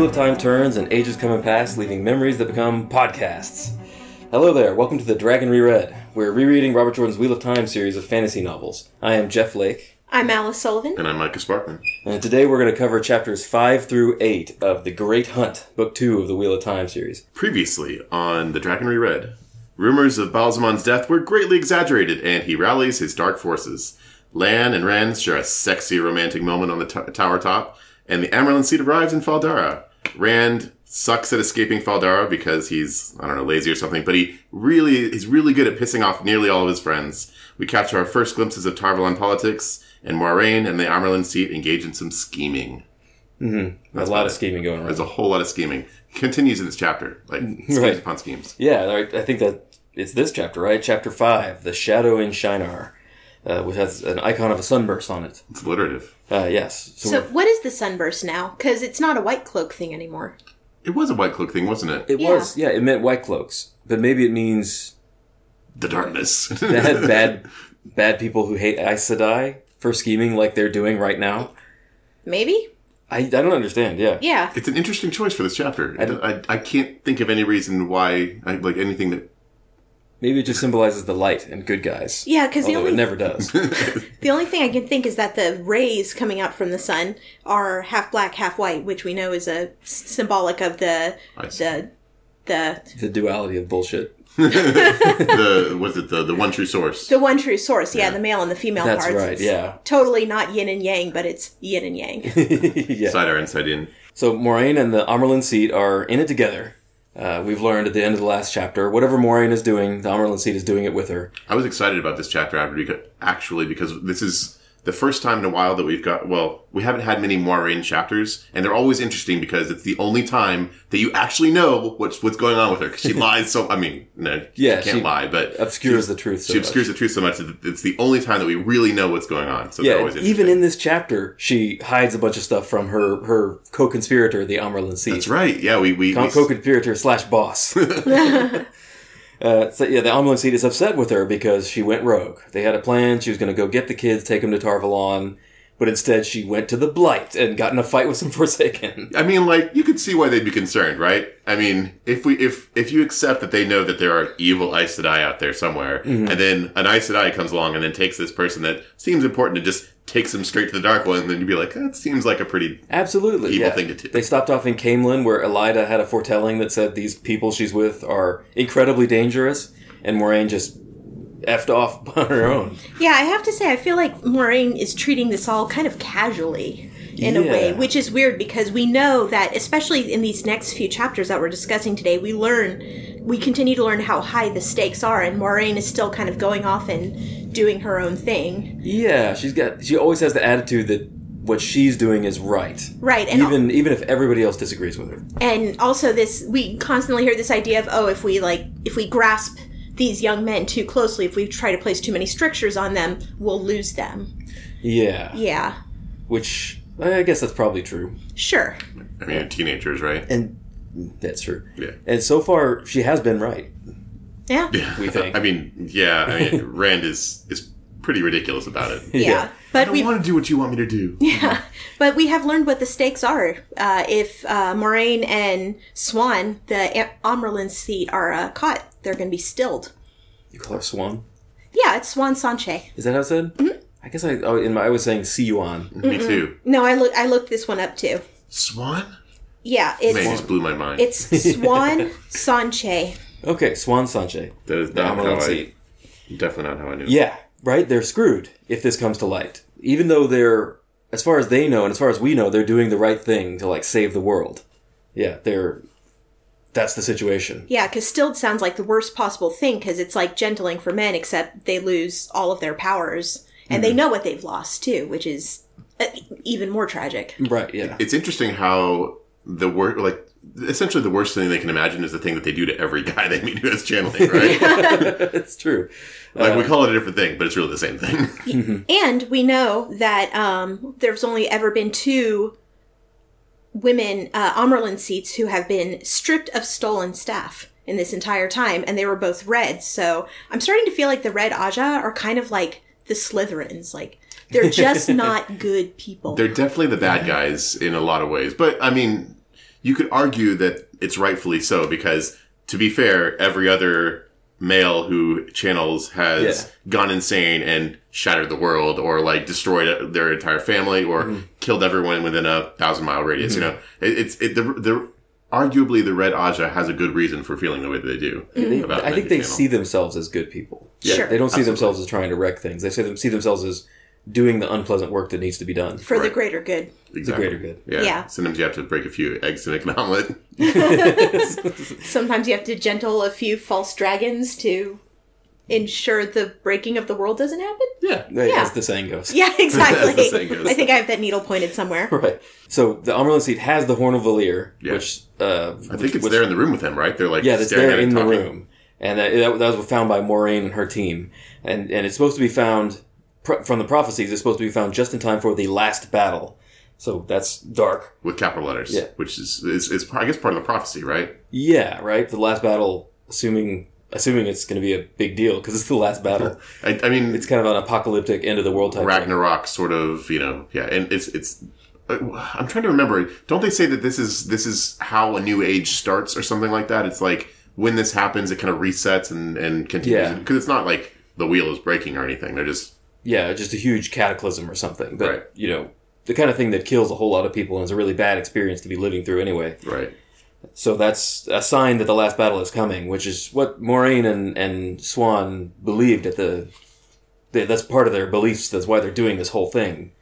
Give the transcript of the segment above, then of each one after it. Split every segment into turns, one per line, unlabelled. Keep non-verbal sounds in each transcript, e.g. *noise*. of time turns and ages come and pass, leaving memories that become podcasts. Hello there, welcome to the Dragon Reread. We're rereading Robert Jordan's Wheel of Time series of fantasy novels. I am Jeff Lake,
I'm Alice Sullivan.
And I'm Micah Sparkman.
and today we're going to cover chapters 5 through 8 of The Great Hunt, book 2 of the Wheel of Time series.
Previously on The Dragon Reread, rumors of Balzamon's death were greatly exaggerated, and he rallies his dark forces. Lan and Ren share a sexy romantic moment on the t- tower top, and the Amaranth Seed arrives in Faldara. Rand sucks at escaping Faldara because he's, I don't know, lazy or something, but he really he's really good at pissing off nearly all of his friends. We capture our first glimpses of Tarvalon politics, and Moiraine and the Amaranth Seed engage in some scheming.
There's a lot of scheming going on.
There's a whole lot of scheming. Continues in this chapter, like schemes
Mm, Right.
upon schemes.
Yeah, I- I think that it's this chapter, right? Chapter 5, The Shadow in Shinar, uh, which has an icon of a sunburst on it.
It's alliterative.
Uh, yes.
So, what is the sunburst now? Because it's not a white cloak thing anymore.
It was a white cloak thing, wasn't it?
It
Yeah.
was, yeah, it meant white cloaks, but maybe it means *laughs*
the darkness.
bad, bad, bad people who hate Aes Sedai for scheming like they're doing right now.
Maybe?
I, I don't understand. Yeah.
Yeah.
*laughs* it's an interesting choice for this chapter. I, I, I can't think of any reason why, I, like anything
*laughs*
that.
maybe it just symbolizes the light and good guys.
Yeah, because the
although
only
it never
*laughs*
does.
the only thing I can think is that the rays coming out from the sun are half black, half white, which we know is a s- symbolic of the
I see.
the the
the duality of bullshit. *laughs*
the was it the the one true source?
the one true source. Yeah, the male and the female
That's
parts.
right,
It's
yeah.
Totally not yin and yang, but it's yin and yang.
yeah.
Side out and side in.
So Moraine and the Amerlin seed are in it together. Uh, we've learned at the end of the last chapter, whatever Moraine is doing, the Amerlin seed is doing it with her.
I was excited about this chapter after because, actually because this is the first time in a while that we've got well we haven't had many Moiraine chapters and they're always interesting because it's the only time that you actually know what's what's going on with her
*laughs*
because she lies so I mean no
Yeah,
she can't
she
lie but
Obscures the truth. So
she
much.
obscures the truth so much that it's the only time that we really know what's going on so they're
Yeah,
always
even
interesting.
in this chapter, she hides a bunch of stuff from her her co-conspirator, the Amerlin seed.
that's right yeah we we, we
Con- co-conspirator slash
*laughs*
boss. *laughs* uh, so yeah, the Amelin Seed is upset with her because she went rogue. They had a plan. She was going to go get the kids, take them to Tarvalon, but instead she went to the Blight and got in a fight with some *laughs* Forsaken.
I mean, like you could see why they'd be concerned, right? I mean, if we if if you accept that they know that there are evil Aes Sedai out there somewhere, and then an Aes Sedai comes along and then takes this person that seems important and just takes them straight to the dark one, then you'd be like, that seems like a pretty
Absolutely,
Evil
yeah.
thing to do.
They stopped off in Camelin where Elida had a foretelling that said these people she's with are incredibly dangerous, and Moraine just effed off *laughs* on her own.
Yeah, I have to say, I feel like Maureen is treating this all kind of casually in a way,
Yeah.
which is weird because we know that, especially in these next few chapters that we're discussing today, we learn, we continue to learn how high the stakes are, and Maureen is still kind of going off and doing her own thing.
Yeah, she's got. She always has the attitude that what she's doing is right.
Right, and
Even even if everybody else disagrees with her.
and also this we constantly hear this idea of oh if we like if we grasp these young men too closely if we try to place too many strictures on them we'll lose them
Yeah.
yeah
Which I guess that's probably true.
sure
I mean, teenagers, right?
And that's true.
Yeah.
And so far, she has been right.
yeah
We think.
*laughs* I mean, yeah. I *laughs* mean, Rand is is pretty ridiculous about *laughs* it.
yeah, but we
to do what you want me to do.
Yeah, but we have learned what the stakes are. Uh, if uh, Moraine and Swan, the Am- Amerlin seat, are uh, caught, they're going to be stilled.
You call her Swan.
Yeah, it's Swan Sanche.
Is that how it's said? I guess I oh, in my, I was saying Siwan.
Me too.
No, I look. I looked this one up too.
Swan.
Yeah,
Man, you
it's
just blew my mind.
it's Swan Sanche.
Okay, Swan Sanche.
that is
The
not how
Amaryllis
I.
Seed.
Definitely not how I knew. it.
Yeah, right? They're screwed if this comes to light. Even though they're, as far as they know and as far as we know, they're doing the right thing to, like, save the world. Yeah, they're. That's the situation.
Yeah, because stilled sounds like the worst possible thing because it's like gentling for men, except they lose all of their powers and they know what they've lost too, which is uh, even more tragic.
Right, yeah. *laughs*
it's interesting how the worst, like essentially the worst thing they can imagine is the thing that they do to every guy they meet who has channeling, right?
it's true.
Like we call it a different thing, but it's really the same thing.
And we know that um, there's only ever been two women uh, Amerlin seats who have been stripped of stolen staff in this entire time, and they were both red. So I'm starting to feel like the red Aja are kind of like the Slytherins. Like
*laughs*
they're just not good people.
They're definitely the bad guys in a lot of ways, but I mean, you could argue that it's rightfully so because, to be fair, every other male who channels has gone insane and shattered the world or like destroyed their entire family or killed everyone within a thousand mile radius. You know, it, it's it, the the arguably the Red Aja has a good reason for feeling the way that they do.
They-
about
I
Ninja
think they
Channel.
see themselves as good people.
Yeah, Sure.
They don't see themselves as trying to wreck things. They see, them, see themselves as doing the unpleasant work that needs to be done.
for the
Right.
greater good.
exactly.
greater good.
Yeah.
Yeah.
Sometimes you have to break a few eggs to make an omelet.
Sometimes you have to gentle a few false dragons to ensure the breaking of the world
*laughs*
doesn't happen.
Yeah.
Yeah.
As the saying goes.
Yeah, exactly.
That's the saying goes.
I think I have that needle pointed somewhere.
*laughs* Right. So the Amaryllis seat has the Horn of Valir,
Yeah.
which uh,
I think it's there in the room with him, right? They're like
Yeah, that's
staring
there
at it
in the
talking.
room, and that, that, that was found by Moraine and her team, and and it's supposed to be found pr- from the prophecies. It's supposed to be found just in time for the last battle. So that's dark.
with capital letters.
Yeah.
Which is, is, is I guess part of the prophecy, right?
Yeah, right. The last battle, assuming assuming it's going to be a big deal because it's the last battle.
I, I mean,
it's kind of an apocalyptic end of the world type. thing.
Ragnarok sort of, you know, yeah, and it's it's. uh, I'm trying to remember. Don't they say that this is this is how a new age starts or something like that? It's like when this happens, it kind of resets and and continues
Yeah.
because it's not like the wheel is breaking or anything. They're just
Yeah, just a huge cataclysm or something. That,
Right.
You know, the kind of thing that kills a whole lot of people and is a really bad experience to be living through anyway.
right.
So that's a sign that the last battle is coming, which is what Moraine and, and Swan believed at the. They, that's part of their beliefs. That's why they're doing this whole thing,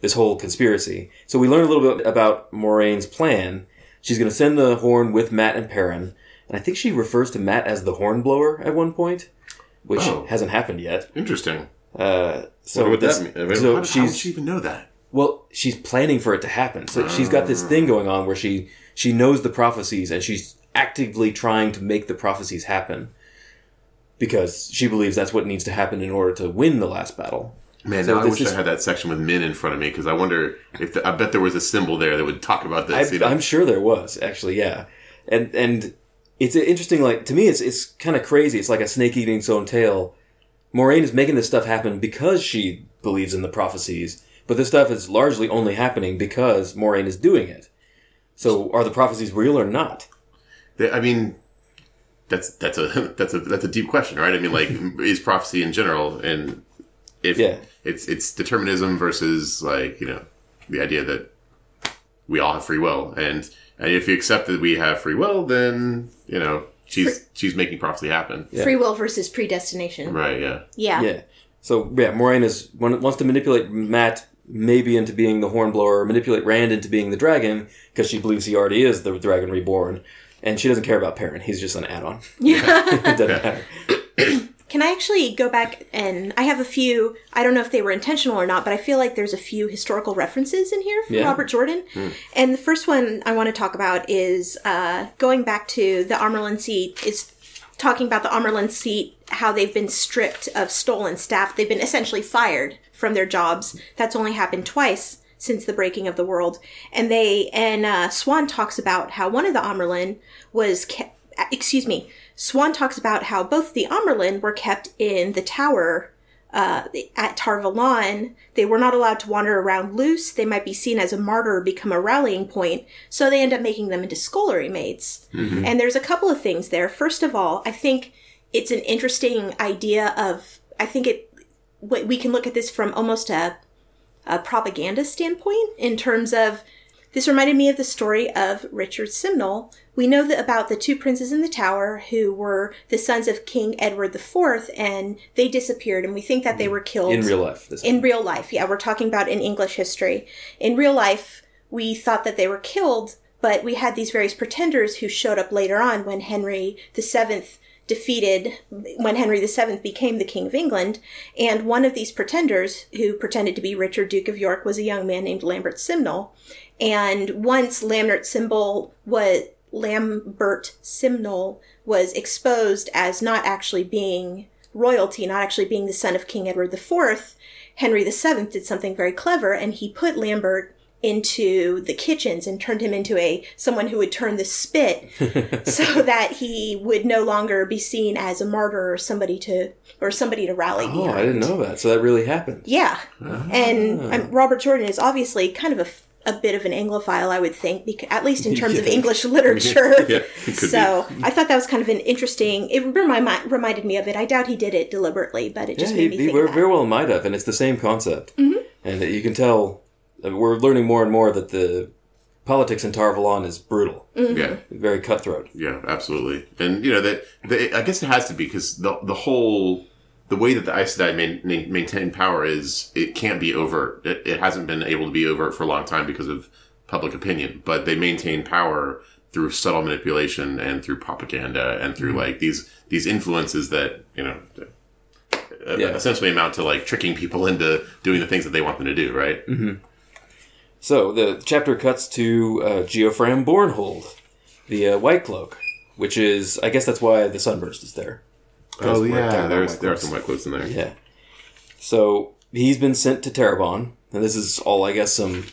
this whole conspiracy. So we learn a little bit about Moraine's plan. She's going to send the horn with Matt and Perrin. And I think she refers to Matt as the hornblower at one point, which
Oh.
hasn't happened yet.
Interesting.
Uh, so
What would
this-
that mean? I mean,
so
how, how would
she's
she even know that?
well, she's planning for it to happen. So she's got this thing going on where she she knows the prophecies and she's actively trying to make the prophecies happen because she believes that's what needs to happen in order to win the last battle.
Man,
So
now I
this
wish
is-
I had that section with men in front of me because I wonder if the, I bet there was a symbol there that would talk about this. you
I,
know?
I'm sure there was actually, yeah, and and it's interesting. Like to me, it's it's kind of crazy. It's like a snake eating its own tail. Moraine is making this stuff happen because she believes in the prophecies, but this stuff is largely only happening because Moraine is doing it. So, are the prophecies real or not?
They- I mean, that's that's a *laughs* that's a that's a deep question, right? I
*laughs*
mean, like, is prophecy in general, and if
Yeah.
it's it's determinism versus like you know the idea that we all have free will, and and if you accept that we have free will, then you know she's she's making prophecy happen,
Yeah.
Free will versus predestination.
right? Yeah,
Yeah.
Yeah. So yeah, Moraine is wan- wants to manipulate Matt maybe into being the hornblower, manipulate Rand into being the dragon because she believes he already is the dragon reborn, and she doesn't care about Perrin. He's just an add-on.
*laughs*
*laughs* it doesn't matter.
Can I actually go back and I have a few, I don't know if they were intentional or not, but I feel like there's a few historical references in here from
Yeah.
Robert Jordan. And the first one I want to talk about is uh, going back to the Armerlin seat, is talking about the Armerlin seat, how they've been stripped of stolen staff. They've been essentially fired from their jobs. That's only happened twice since the breaking of the world. And they, and uh, Swan talks about how one of the Amerlin was kept, excuse me, Swan talks about how both the Amerlin were kept in the tower uh, at Tarvalon, they were not allowed to wander around loose. They might be seen as a martyr, or become a rallying point, so they end up making them into scullery maids. And there's a couple of things there. First of all, I think it's an interesting idea of. I think it. we- We can look at this from almost a, a propaganda standpoint in terms of. This reminded me of the story of Richard Simnel. We know that about the two princes in the tower who were the sons of King Edward IV, and they disappeared, and we think that they were killed
in real life. This
in real life yeah we're talking about in english history in real life we thought that they were killed but we had these various pretenders who showed up later on when henry the seventh defeated when henry the seventh became the king of england and one of these pretenders who pretended to be richard duke of york was a young man named lambert simnel and once lambert simnel was lambert simnel was exposed as not actually being royalty not actually being the son of king edward iv Henry VII did something very clever and he put Lambert into the kitchens and turned him into a someone who would turn the spit so that he would no longer be seen as a martyr or somebody to or somebody to rally
oh,
behind.
I didn't know that. So that really happened.
Yeah. And um, Robert Jordan is obviously kind of a f- a bit of an Anglophile, I would think, because, at least in terms of English literature.
Yeah, it could
so I thought that was kind of an interesting. It remi- reminded me of it. I doubt he did it deliberately, but it just
yeah, he,
made me
he
think.
very,
of that. Mm-hmm.
very well might have, and it's the same concept. And that you can tell uh, we're learning more and more that the politics in Tarvalon is brutal,
Mm.
be. Yeah,
very cutthroat.
yeah, absolutely. And you know that the, I guess it has to be because the the whole the way that the Aes Sedai main, main, maintain power is it can't be overt. It, it hasn't been able to be overt for a long time because of public opinion, but they maintain power through subtle manipulation and through propaganda and through like these these influences that you know. uh,
Yeah.
Essentially, amount to like tricking people *laughs* into doing the things that they want them to do, right?
So the chapter cuts to uh, Geofram Bornhold, the uh, White Cloak, which is I guess that's why the sunburst is there.
Oh
Because we're
yeah,
talking
there's
about
there are
white
some white clothes in there.
Yeah. So he's been sent to Terabon, and this is all I guess some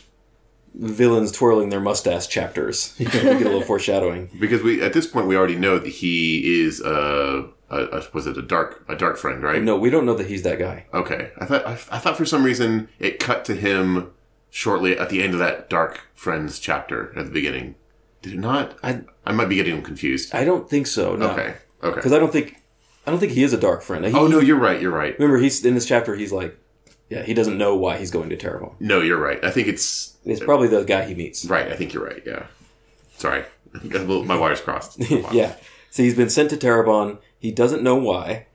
villains twirling their mustache chapters. *laughs* You know, we get a little foreshadowing.
Because we at this point we already know that he is a, a, a was it a dark a dark friend, right?
No, we don't know that he's that guy.
Okay, I thought I, I thought for some reason it cut to him shortly at the end of that dark friends chapter at the beginning. Did it not?
I-
I might be getting him confused.
I don't think so. No.
Okay,
Because
okay.
I don't think I don't think he is a dark friend. He-
Oh no, you're right. You're right.
Remember, he's in this chapter. He's like, yeah, he doesn't know why he's going to Terabon.
No, you're right. I think it's
It's probably the guy he meets.
right. I think you're right. Yeah. Sorry, *laughs* my wires crossed.
*laughs* yeah. So he's been sent to Terabon. He doesn't know why.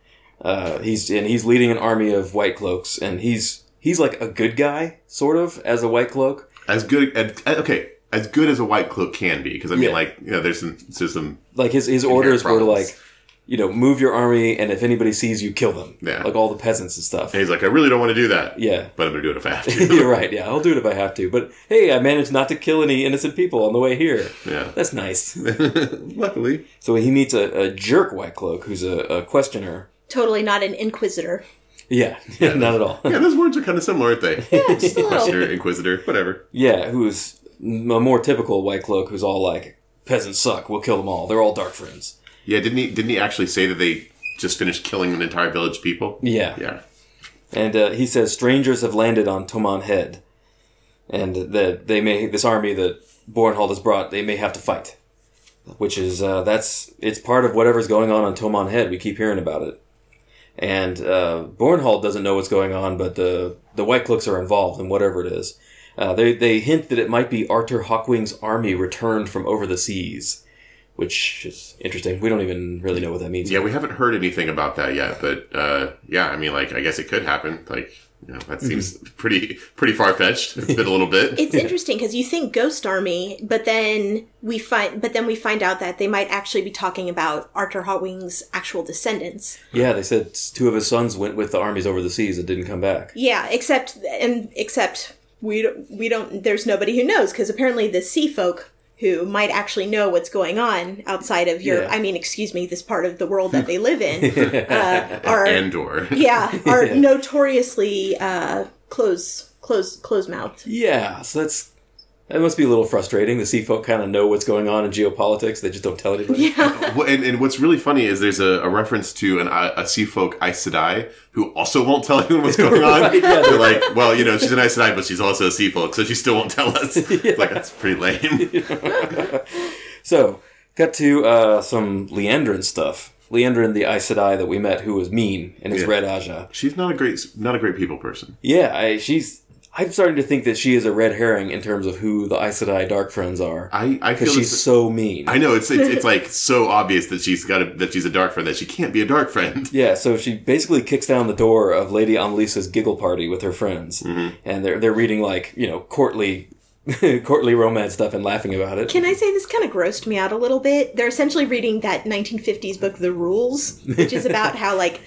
Uh, he's and he's leading an army of white cloaks, and he's he's like a good guy, sort of, as a white cloak.
As good. As, okay. As good as a white cloak can be, because I mean,
Yeah.
like, you know, there's some, there's some
Like his his
Inherent
orders were
problems.
like, you know, move your army, and if anybody sees you, kill them.
Yeah.
Like all the peasants and stuff.
And he's like, I really don't want to do that. *laughs*
Yeah. *laughs*
But I'm going to do it if I have to.
You're right. Yeah, I'll do it if I have to. But hey, I managed not to kill any innocent people on the way here.
yeah. *laughs*
That's nice.
Luckily.
So he meets a, a jerk white cloak who's a, a questioner.
Totally not an inquisitor.
Yeah, *laughs* not at
*laughs*
all.
Yeah, those words are kind of similar, aren't they? Yeah,
just a little.
Questioner, Inquisitor, whatever.
yeah, who's m- a more typical white cloak who's all like, peasants suck, we'll kill them all. They're all dark friends.
Yeah, didn't he didn't he actually say that they just finished killing an entire village of people?
Yeah.
Yeah.
And uh, he says strangers have landed on Toman Head, and that they may this army that Bornhold has brought they may have to fight, which is uh, that's it's part of whatever's going on on Toman Head. We keep hearing about it, and uh, Bornhold doesn't know what's going on, but the the White Cloaks are involved in whatever it is. Uh, they they hint that it might be Arthur Hawkwing's army returned from over the seas, which is interesting. We don't even really know what that means.
Yeah, we haven't heard anything about that yet, but uh, yeah, I mean like I guess it could happen. Like, you know, that seems pretty pretty far fetched. It's been a little bit.
It's interesting because you think Ghost Army, but then we find, but then we find out that they might actually be talking about Arthur Hotwing's actual descendants.
Yeah, they said two of his sons went with the armies over the seas and didn't come back.
Yeah, except and except we don't, we don't. There's nobody who knows because apparently the sea folk who might actually know what's going on outside of your.
Yeah.
I mean, excuse me, this part of the world that they live in uh, are
*laughs* Andor.
yeah are notoriously uh, close close close mouthed.
Yeah, so that's that must be a little frustrating. The sea folk kind of know what's going on in geopolitics; they just don't tell anybody.
Well, and, and what's really funny is there's a, a reference to an, uh, a, a sea folk Aes Sedai who also won't tell anyone what's going
*laughs*
on. They're like, well, you know, she's an Aes Sedai, but she's also a sea folk, so she still won't tell
*laughs*
us. It's Like, that's pretty lame.
So, cut to uh, some Leandrin stuff. Leandrin, the Aes Sedai that we met, who was mean and is
Yeah.
red Aja.
she's not a great, not a great people person.
Yeah, I, she's. I'm starting to think that she is a red herring in terms of who the Aes Sedai dark friends are.
I, I feel
Because she's
it's-
so mean.
I know it's, it's
*laughs*
it's like so obvious that she's got a, that she's a dark friend that she can't be a dark friend.
Yeah, so she basically kicks down the door of Lady Amelisa's giggle party with her friends,
Mm-hmm.
and they're they're reading like you know courtly, *laughs* courtly romance stuff and laughing about it.
Can I say this kind of grossed me out a little bit? They're essentially reading that 1950s book, The Rules, which is about how like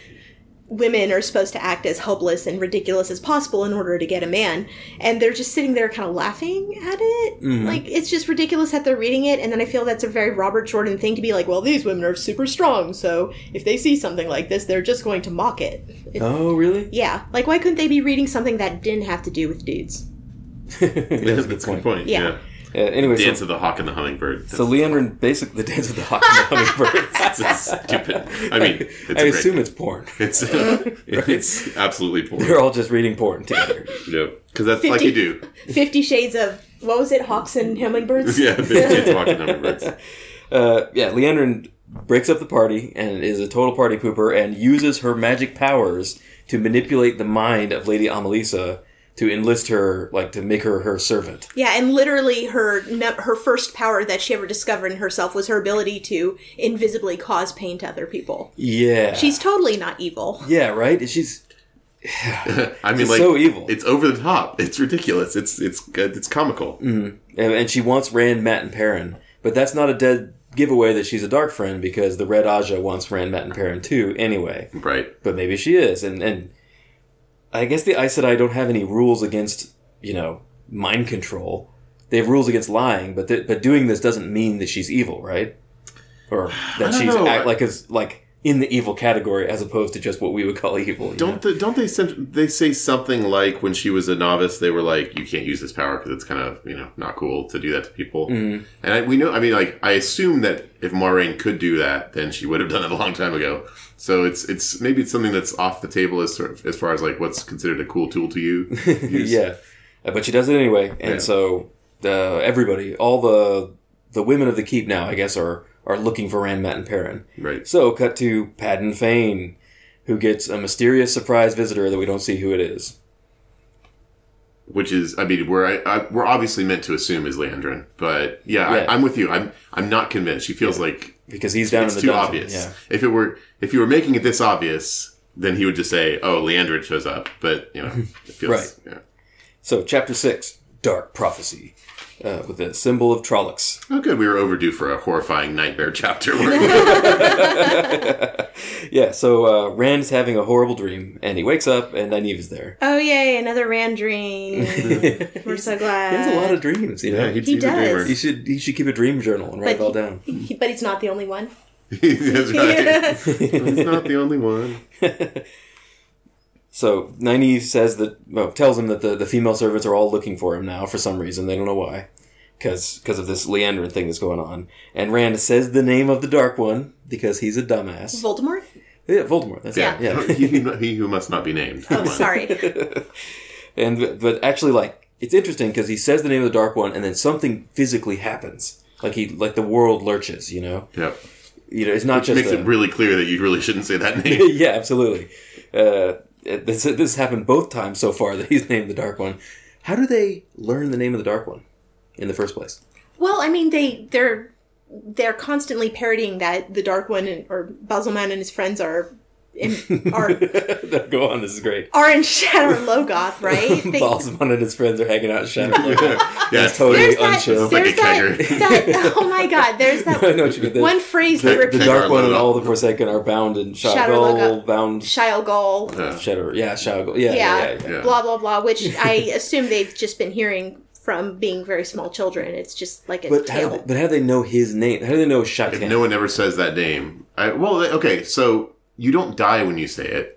women are supposed to act as hopeless and ridiculous as possible in order to get a man, and they're just sitting there kind of laughing at it. Like it's just ridiculous that they're reading it, and then I feel that's a very Robert Jordan thing to be like, well, these women are super strong, so if they see something like this, they're just going to mock it. It-
oh, really?
yeah, like why couldn't they be reading something that didn't have to do with dudes?
That's a good point.
Yeah.
Uh, anyway, so,
Dance of the Hawk and the Hummingbird. That's
so Leandrin basically the dance of the hawk and the
*laughs*
hummingbird.
it's stupid. I mean,
*laughs*
it's
I
great.
assume it's porn.
*laughs*
*laughs*
it's it's absolutely porn.
They're all just reading porn together.
Yep, because that's like you do.
Fifty Shades of what was it? Hawks and hummingbirds. *laughs*
*laughs* Yeah, big kids walking hummingbirds.
Uh, yeah, Leandrin breaks up the party and is a total party pooper and uses her magic powers to manipulate the mind of Lady Amelisa to enlist her, like to make her her servant.
Yeah, and literally her nu- her first power that she ever discovered in herself was her ability to invisibly cause pain to other people.
Yeah,
She's totally not evil.
yeah, right. She's
*laughs* I mean,
It's
like
so evil.
It's over the top. It's ridiculous. It's it's good. It's comical.
Mm. and, and she wants Rand, Matt, and Perrin. But that's not a dead giveaway that she's a dark friend because the Red Aja wants Rand, Matt, and Perrin too anyway.
Right.
But maybe she is, and and I guess the Aes Sedai don't have any rules against you know mind control. They have rules against lying, but th- but doing this doesn't mean that she's evil, right? Or that
don't
she's
know.
act like is like in the evil category as opposed to just what we would call evil. you know?
Don't the, don't they sen- they say something like when she was a novice they were like you can't use this power because it's kind of you know not cool to do that to people
Mm.
and I, we know I mean like I assume that if Moraine could do that then she would have done it a long time ago so it's it's maybe it's something that's off the table as sort of, as far as like what's considered a cool tool to
*laughs*
you use.
yeah, Uh, but she does it anyway, and
Yeah.
so uh, everybody, all the the women of the keep now, I guess, are are looking for Rand, Matt, and Perrin.
right
So, cut to Padden Fane, who gets a mysterious surprise visitor that we don't see who it is.
which is I mean we're I, I, we're obviously meant to assume is Leandrin but yeah,
Yeah.
I, I'm with you I'm I'm not convinced she feels like
because he's down
it's
in the
too
dungeon.
obvious.
Yeah.
If it were, if you were making it this obvious, then he would just say, "Oh, Leandrin shows up." But you know, it feels
Right.
Yeah.
So chapter six, dark prophecy, uh, with the symbol of Trollocs.
Oh, good. We were overdue for a horrifying nightmare *laughs* chapter. Where
Yeah. So uh, Rand is having a horrible dream, and he wakes up, and Nynaeve is there.
Oh yay, another Rand dream.
*laughs*
We're so glad.
He has a lot of dreams. You know.
yeah, he's,
He
he's a
*laughs*
dreamer.
he should he should keep a dream journal and write it all down.
He- but he's not the
*laughs*
only one.
That's
*laughs*
right. he's not the only one.
So Nynaeve says that well, tells him that the, the female servants are all looking for him now for some reason they don't know why, because of this Leandrin thing that's going on. And Rand says the name of the Dark One because he's a dumbass.
Voldemort?
yeah, Voldemort. That's
Yeah.
It. yeah.
he, who- he who must not be named.
Oh, sorry.
And but actually, like it's interesting because he says the name of the Dark One, and then something physically happens. Like he, like the world lurches. You know,
Yep.
you know, it's not just
Makes
a-
it really clear that you really shouldn't say that
*laughs*
name.
yeah, absolutely. Uh, this this happened both times so far that he's *laughs* named the Dark One. How do they learn the name of the Dark One in the first place?
well, I mean they they're they're constantly parodying that the Dark One and, or Basilman and his friends are in,
*laughs*
are
Go on, this is great.
are in Shadow
*laughs*
Logoth, right? They-
Balsamon and his friends are hanging out. Shadow.
yeah.
It's totally
there's that,
unchill.
there's
Like a kegger.
that, that oh my god, there's
*laughs* I *laughs*
that
know what you mean. The,
one phrase that
The-
the
repeats
Dark
Shagar
One and
Logo.
all the Forsaken are bound in Shadol,
Logo.
bound
Shile Goal.
Yeah.
Shadow. Yeah, Shadol. Yeah, yeah, yeah.
yeah,
yeah.
yeah.
blah blah blah. Which I assume they've just been hearing from being very small children. It's just like a
But how,
tale.
do- but how do they know his name? How do they know
If
Shatan?
no one ever says that name, I, well, okay, so you don't die when you say it.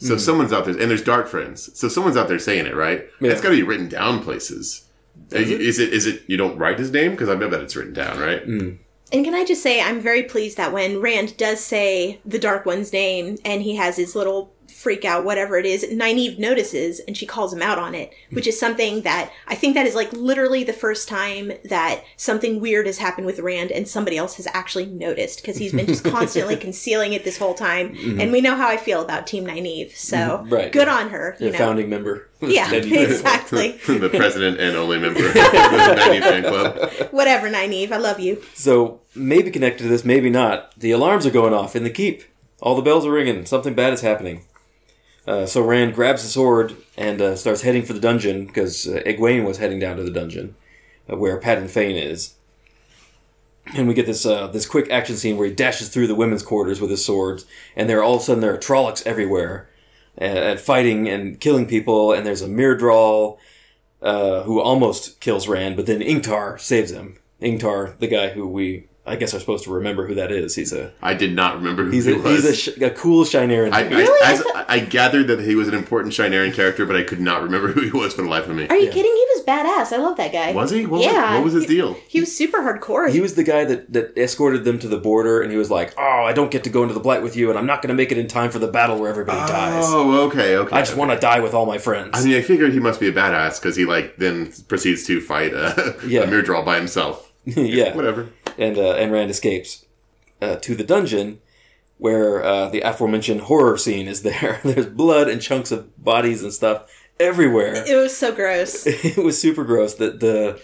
So
Hmm.
someone's out there, and there's dark friends. So someone's out there saying it, right?
Yeah.
It's got to be written down places. Is it? is it? Is it? You don't write his name because I bet that it's written down, right?
Hmm.
and can I just say, I'm very pleased that when Rand does say the Dark One's name and he has his little freak out, whatever it is, Nynaeve notices and she calls him out on it, which is something that I think that is like literally the first time that something weird has happened with Rand and somebody else has actually noticed because he's been just
*laughs*
constantly concealing it this whole time.
Mm-hmm.
And we know how I feel about Team Nynaeve, so
Right.
good on her. You
The
know.
founding member. *laughs*
yeah,
Then you-
exactly.
*laughs* the *laughs* president and only
*laughs*
member of the 90 fan club.
Whatever, Nynaeve, I love you.
So maybe connected to this, maybe not. The alarms are going off in the keep. All the bells are ringing. Something bad is happening. Uh, so Rand grabs the sword and uh, starts heading for the dungeon because uh, Egwene was heading down to the dungeon uh, where Pat and Fane is. And we get this uh, this quick action scene where he dashes through the women's quarters with his swords, and there all of a sudden there are Trollocs everywhere, and, and fighting and killing people. And there's a Myrdral uh, who almost kills Rand, but then Ingtar saves him. Ingtar, the guy who we, I guess, are supposed to remember who that is. He's a
I did not remember who
he's
he
a,
was.
he's a, sh- a cool Shinarian.
I,
dude.
I, as, I gathered that he was an important Shinarian character, but I could not remember *laughs* who he was for the life of me.
Are you kidding? He was badass. I love that guy.
Was he? What,
Yeah.
was, what was his
He-
deal?
He was super hardcore.
He was the guy that, that escorted them to the border, and he was like, "Oh, I don't get to go into the blight with you, and I'm not going to make it in time for the battle where everybody dies.
Oh, okay, okay.
I just want to die with all my friends."
I mean, I figured he must be a badass because he like then proceeds to fight a, *laughs*
Yeah.
a mirror draw by himself.
*laughs* yeah,
Whatever.
and uh, and Rand escapes uh, to the dungeon where uh, the aforementioned horror scene is there. *laughs* There's blood and chunks of bodies and stuff everywhere.
it was so gross.
*laughs* It was super gross. That the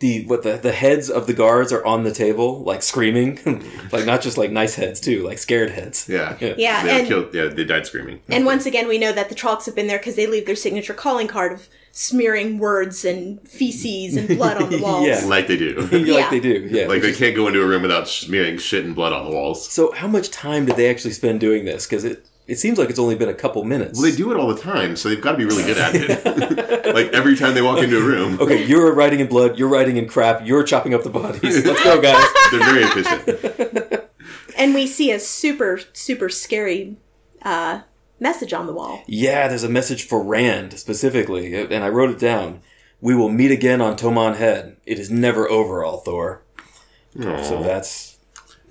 the what the the heads of the guards are on the table, like screaming, *laughs* like not just like nice heads too, like scared heads.
Yeah.
*laughs*
Yeah,
They were
and-
killed. Yeah, they died screaming.
And once again, we know that the Trollocs have been there because they leave their signature calling card of smearing words and feces and blood on the walls.
Yeah.
like they do.
*laughs* like
Yeah.
they do. Yeah,
like they can't go into a room without smearing shit and blood on the walls.
So, how much time did they actually spend doing this? Because it it seems like it's only been a couple minutes.
Well, they do it all the time, so they've got to be really good
*laughs*
at it. like every time they walk into a room,
okay, you're writing in blood. You're writing in crap. You're chopping up the
*laughs*
bodies. Let's go, guys.
they're very efficient.
And we see a super, super scary uh, message on the wall.
yeah, there's a message for Rand specifically, and I wrote it down. We will meet again on Tomon Head. It is never over, all Thor. So that's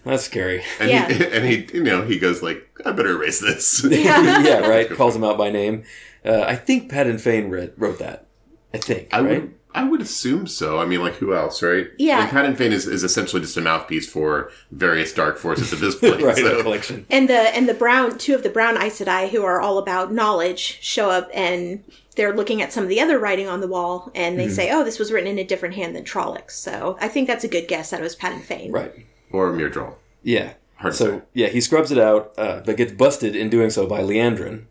that's
*laughs*
scary.
And he,
Yeah.
and he, you know, he goes like, "I better erase this."
yeah, right. Calls him out by name. Uh, I think Pat and Fane read, wrote that. I think.
I
right?
would I would assume so. I mean, like who else, right?
Yeah.
Like, Patent Fane is, is essentially just a mouthpiece for various dark forces at this *laughs* point.
Right. in the
so.
collection.
And the and the brown two of the brown Aes Sedai who are all about knowledge show up and they're looking at some of the other writing on the wall and they say, "Oh, this was written in a different hand than Trollocs." So I think that's a good guess that it was Pat and Fane.
Right.
Or Myrdral.
Yeah.
Hard to
so
say.
yeah, he scrubs it out, uh, but gets busted in doing so by Leandrin,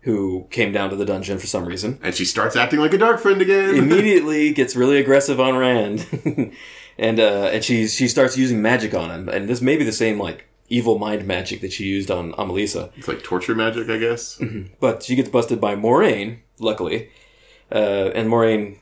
who came down to the dungeon for some reason.
And she starts acting like a dark friend *laughs* again.
Immediately gets really aggressive on Rand, *laughs* and uh, and she she starts using magic on him, and this may be the same like evil mind magic that she used on Amelisa,
it's like torture magic, I guess.
Mhm. but she gets busted by Moraine, luckily, uh, and Moraine,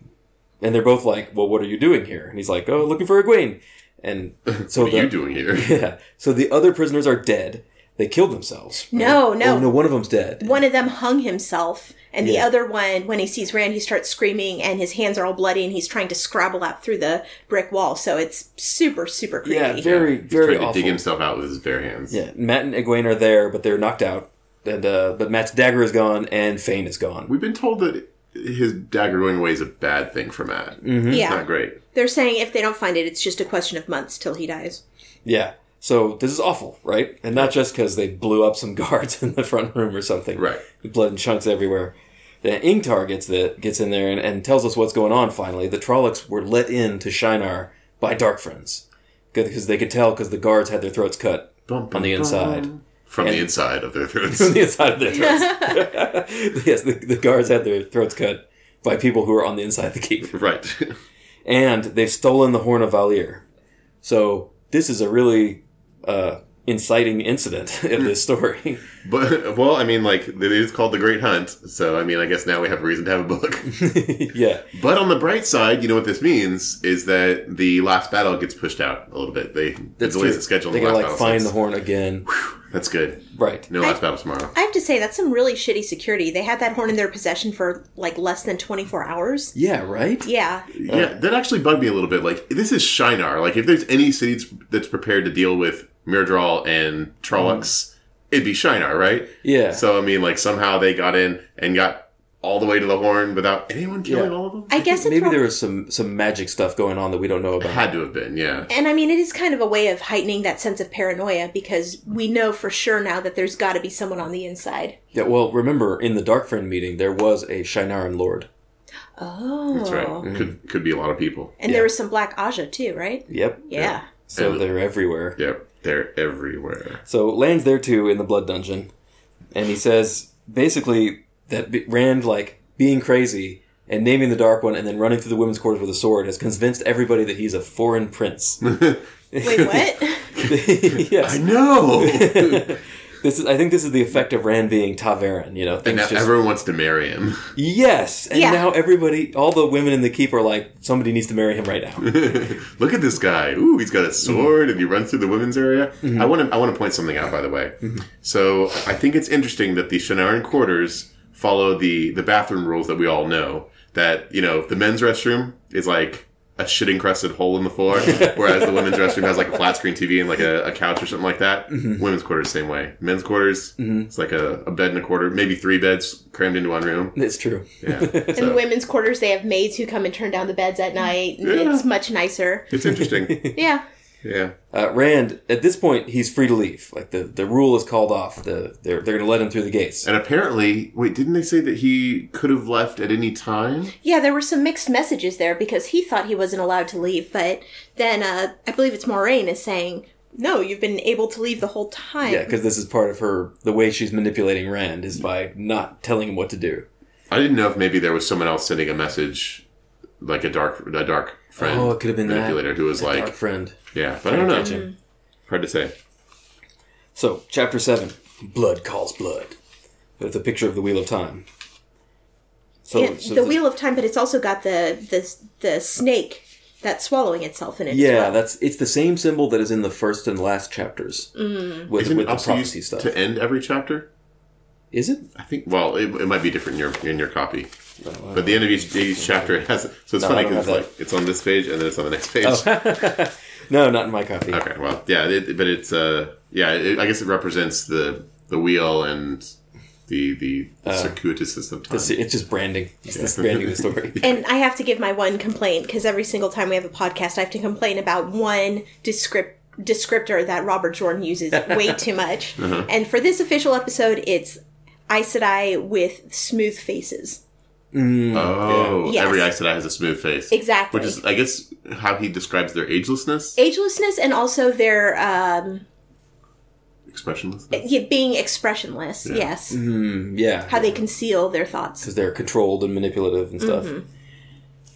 and they're both like, "Well, what are you doing here?" And he's like, "Oh, looking for Egwene," and so
*laughs* what are you
the,
doing
*laughs*
here?
yeah, so the other prisoners are dead. They killed themselves.
No, no.
Oh, no, one of them's dead.
One of them hung himself, and the
Yeah.
other one, when he sees Rand, he starts screaming, and his hands are all bloody, and he's trying to scrabble out through the brick wall. So it's super, super creepy.
Yeah, very,
*laughs* He's
very
trying to
awful.
dig himself out with his bare hands.
Yeah, Matt and Egwene are there, but they're knocked out. And uh, but Matt's dagger is gone, and Fane is gone.
We've been told that his dagger going away is a bad thing for Matt.
Mm-hmm. Mhm.
Yeah.
Not great.
They're saying if they don't find it, it's just a question of months till he dies.
Yeah. So this is awful, right? And not just because they blew up some *laughs* guards in the front room or something.
Right.
With blood and chunks everywhere. Then Ingtar gets the, gets in there and, and tells us what's going on. Finally, the Trollocs were let in to Shinar by Dark Friends because they could tell because the guards had their throats cut
Bum, bum,
on the
bum.
inside.
From the inside of their
*laughs*
throats.
on the inside of their throats. *laughs* yes, the, the guards had their throats cut by people who are on the inside of the keep.
right. *laughs*
And they've stolen the Horn of Valir. So this is a really uh, inciting incident *laughs* in this story.
but, well, I mean, like, it is called The Great Hunt, so I mean, I guess now we have a reason to have a book.
yeah.
But on the bright side, you know what this means is that the last battle gets pushed out a little bit. They it delays the schedule.
They
and the
gotta like
last battle
find the
sucks.
horn
*laughs*
again.
That's good.
right.
No last battle
Uh.
tomorrow.
I have to say, that's some really shitty security. They had that horn in their possession for like less than 24 hours.
Yeah, right?
Yeah.
yeah, that actually bugged me a little bit. Like this is Shinar. Like if there's any city that's- that's prepared to deal with Myrdral and Trollocs, it'd be Shinar, right?
Mm. Yeah.
So I mean, like somehow they got in and got all the way to the Horn without anyone killing
Yeah.
all of them.
I guess it's
Maybe
prob-
there was some, some magic stuff going on that we don't know about.
Had to have been, yeah.
And I mean, it is kind of a way of heightening that sense of paranoia because we know for sure now that there's got to be someone on the inside.
Yeah, well, remember, in the Dark Friend meeting, there was a Shinaran lord.
Oh.
That's right.
Mm-hmm.
Could could be a lot of people.
And there was some black Aja too, right?
Yep.
Yeah.
So
And-
they're everywhere.
Yep, they're everywhere.
So Land's there too in the blood dungeon, and he says basically that B- Rand like being crazy and naming the Dark One and then running through the women's quarters with a sword has convinced everybody that he's a foreign
*laughs*
prince.
Wait, what?
I
*laughs* yes,
*laughs* know.
this is. I think this is the effect of Rand being Taveran. You know,
And
things
now
just
everyone wants to marry him. *laughs*
yes, and
Yeah.
now everybody, all the women in the keep are like, somebody needs to marry him right
*laughs*
now.
Look at this guy. Ooh, he's got a sword and he runs through the women's area. I want to I want to point something out by the way. So, I think it's interesting that the Shinaran quarters follow the the bathroom rules that we all know. that you know the men's restroom is like a shit encrusted hole in the floor, whereas the women's restroom has like a flat screen TV and like a, a couch or something like that. Women's quarters same way. Men's quarters it's like a, a bed and a quarter, maybe three beds crammed into one room.
It's true.
Yeah,
In the
so,
women's quarters, they have maids who come and turn down the beds at night. and
Yeah.
It's much nicer.
it's
*laughs*
interesting.
Yeah.
Yeah,
Uh, Rand, at this point, he's free to leave. Like the, the rule is called off. The they're they're going to let him through the gates.
and apparently, wait, didn't they say that he could have left at any time?
Yeah, there were some mixed messages there because he thought he wasn't allowed to leave, but then uh, I believe it's Moraine is saying, no, you've been able to leave the whole time.
Yeah, because this is part of her the way she's manipulating Rand is by not telling him what to do.
I didn't know if maybe there was someone else sending a message, like a dark, a dark friend.
Oh, it could have been that.
manipulator who was
Dark
like,
friend.
yeah, but I don't know. Mm-hmm.
Gotcha.
Hard to say.
So, chapter seven, blood calls blood, with a picture of the wheel of time. So,
Yeah,
so
the wheel of time, but it's also got the the, the snake that's swallowing itself in it. as
Yeah,
well.
that's it's the same symbol that is in the first and last chapters
Mm-hmm.
with
Isn't
with
it
the
also
prophecy
used
stuff.
to end every chapter?
Is it?
I think. Well, it, it might be different in your in your copy, but the end of each, each
*laughs*
chapter has. So it's
No, I
funny
don't
because
have Oh.
like it's on this page and then it's on the next page.
No, not in my copy.
*laughs* Okay, well, yeah, it, but it's uh, yeah, it, I guess it represents the the wheel and the the,
Uh,
circuitous of time.
It's, it's just branding. It's just branding the
*laughs*
story.
And I have to give my one complaint because every single time we have a podcast, I have to complain about one descript descriptor that Robert Jordan uses way too much. And for this official episode, it's Aes Sedai with smooth faces.
oh,
Yes.
every Aes Sedai has a smooth face,
Exactly.
Which is, I guess, how he describes their agelessness,
Agelessness and also their um,
expressionlessness.
yeah, being expressionless. Yes.
Yeah,
How they conceal their thoughts.
because they're controlled and manipulative and stuff.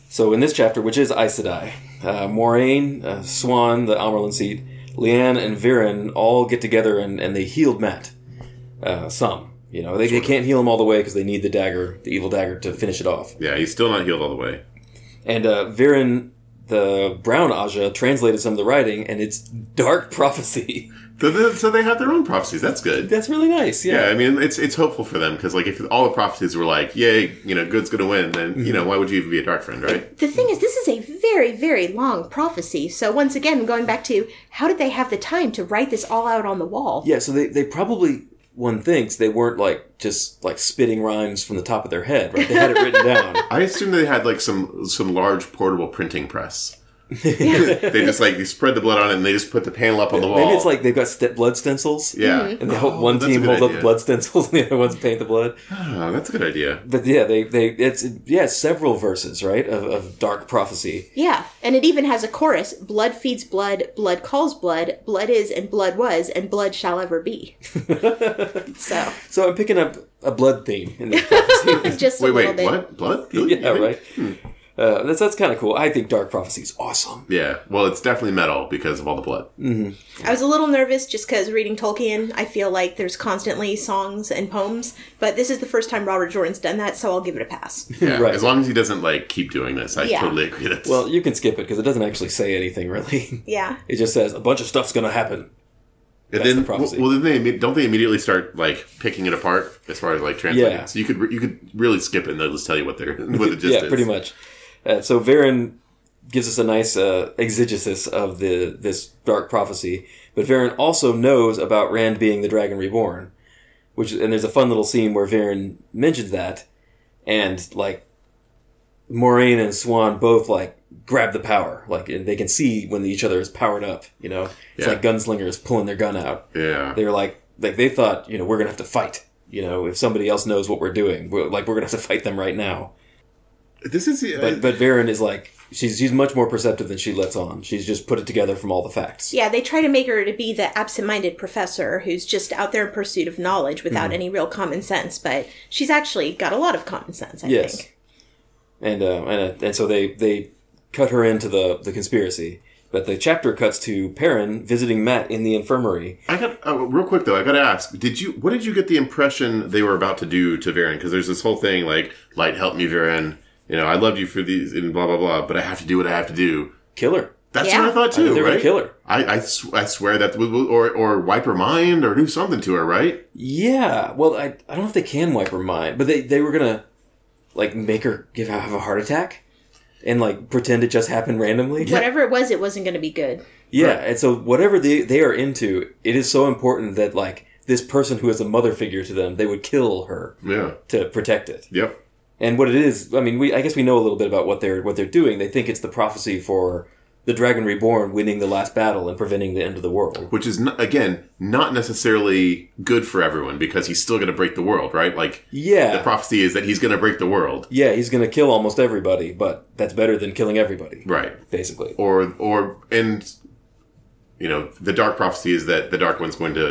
So in this chapter, which is Aes Sedai, uh, Moraine, uh, Swan, the Amarlin seed, Leanne, and Viren all get together and, and they healed Matt. Uh, some, you know, they, they can't heal him all the way because they need the dagger, the evil dagger, to finish it off.
Yeah, he's still not healed all the way.
And uh, Viren, the brown Aja, translated some of the writing, and it's dark *laughs* prophecy.
So they, so they have their own prophecies. That's good.
That's really nice.
Yeah,
Yeah.
I mean, it's it's hopeful for them because like if all the prophecies were like, "Yay, you know, good's gonna win," then you
Mm-hmm.
know, why would you even be a dark friend, right?
The thing is, this is a very, very long prophecy. So, once again, going back to how did they have the time to write this all out on the wall?
Yeah. So they, they probably one thinks they weren't like just like spitting rhymes from the top of their head, right? They had it written *laughs* down.
I assume they had like some some large portable
*laughs*
printing press. they just like they spread the blood on it and they just put the panel up on the wall.
Maybe it's like they've got st- blood stencils.
yeah,
Mm-hmm.
And they hold, one
that's a
team
good
holds up the
idea.
blood stencils and the other ones paint the blood.
Oh, that's a good idea.
But yeah, they, they it's yeah, several verses, right, of, of dark prophecy.
Yeah, and it even has a chorus blood feeds blood, blood calls blood, blood is and blood was, and blood shall ever be. so, *laughs*
So I'm picking up a blood theme in
*laughs*
this prophecy.
just
Wait,
a little
wait,
bit.
what? Blood? Really?
yeah,
You think?
right. Uh, that's that's kind of cool. I think dark prophecy is awesome.
Yeah. Well, it's definitely metal because of all the blood.
I was a little nervous just because reading Tolkien, I feel like there's constantly songs and poems, but this is the first time Robert Jordan's done that, so I'll give it a pass.
Yeah.
Right.
As long as he doesn't like keep doing this, I
Yeah.
totally agree. That's
Well, you can skip it because it doesn't actually say anything really.
yeah.
It just says a bunch of stuff's gonna happen.
and
that's
then
the prophecy.
well, then they imme- don't they immediately start like picking it apart as far as like translating.
Yeah.
So you could re- you could really skip it and they'll just tell you what they're *laughs* what the gist
yeah,
is.
pretty much. Uh, so Varen gives us a nice uh, exegesis of the this dark prophecy, but Varen also knows about Rand being the Dragon Reborn, which and there's a fun little scene where Varen mentions that, and like Moraine and Swan both like grab the power, like and they can see when each other is powered up. You know, it's
Yeah.
like gunslingers pulling their gun out.
Yeah.
They were like, like they thought, you know, we're gonna have to fight. You know, if somebody else knows what we're doing, we're, like we're gonna have to fight them right now.
This is uh,
But but Varen is like she's she's much more perceptive than she lets on. She's just put it together from all the facts.
Yeah, they try to make her to be the absent-minded professor who's just out there in pursuit of knowledge without any real common sense, but she's actually got a lot of common sense, I
Yes.
think.
And uh, and uh, and so they they cut her into the the conspiracy. But the chapter cuts to Perrin visiting Matt in the infirmary.
I got uh, real quick though. I got to ask: Did you? What did you get the impression they were about to do to Varen? Because there's this whole thing like, "Light, help me, Varen. You know, I loved you for these, and blah blah blah. But I have to do what I have to do."
Killer.
That's
Yeah.
what I thought
I
too,
think they're
right?
gonna kill her.
I I, sw- I swear that we will- or or wipe her mind or do something to her, right?
Yeah. Well, I I don't know if they can wipe her mind, but they they were gonna. like make her give have a heart attack and like pretend it just happened randomly.
Whatever it was, it wasn't going to be good.
Yeah,
Right.
and so whatever they they are into, it is so important that like this person who is a mother figure to them, they would kill her
Yeah.
to protect it.
Yep.
And what it is, I mean, we I guess we know a little bit about what they're what they're doing. They think it's the prophecy for the dragon reborn winning the last battle and preventing the end of the world.
Which is n again not necessarily good for everyone because he's still going to break the world, right? Like
Yeah.
the prophecy is that he's going to break the world,
yeah, he's going to kill almost everybody, but that's better than killing everybody,
right?
basically.
Or or and you know the dark prophecy is that the dark one's going to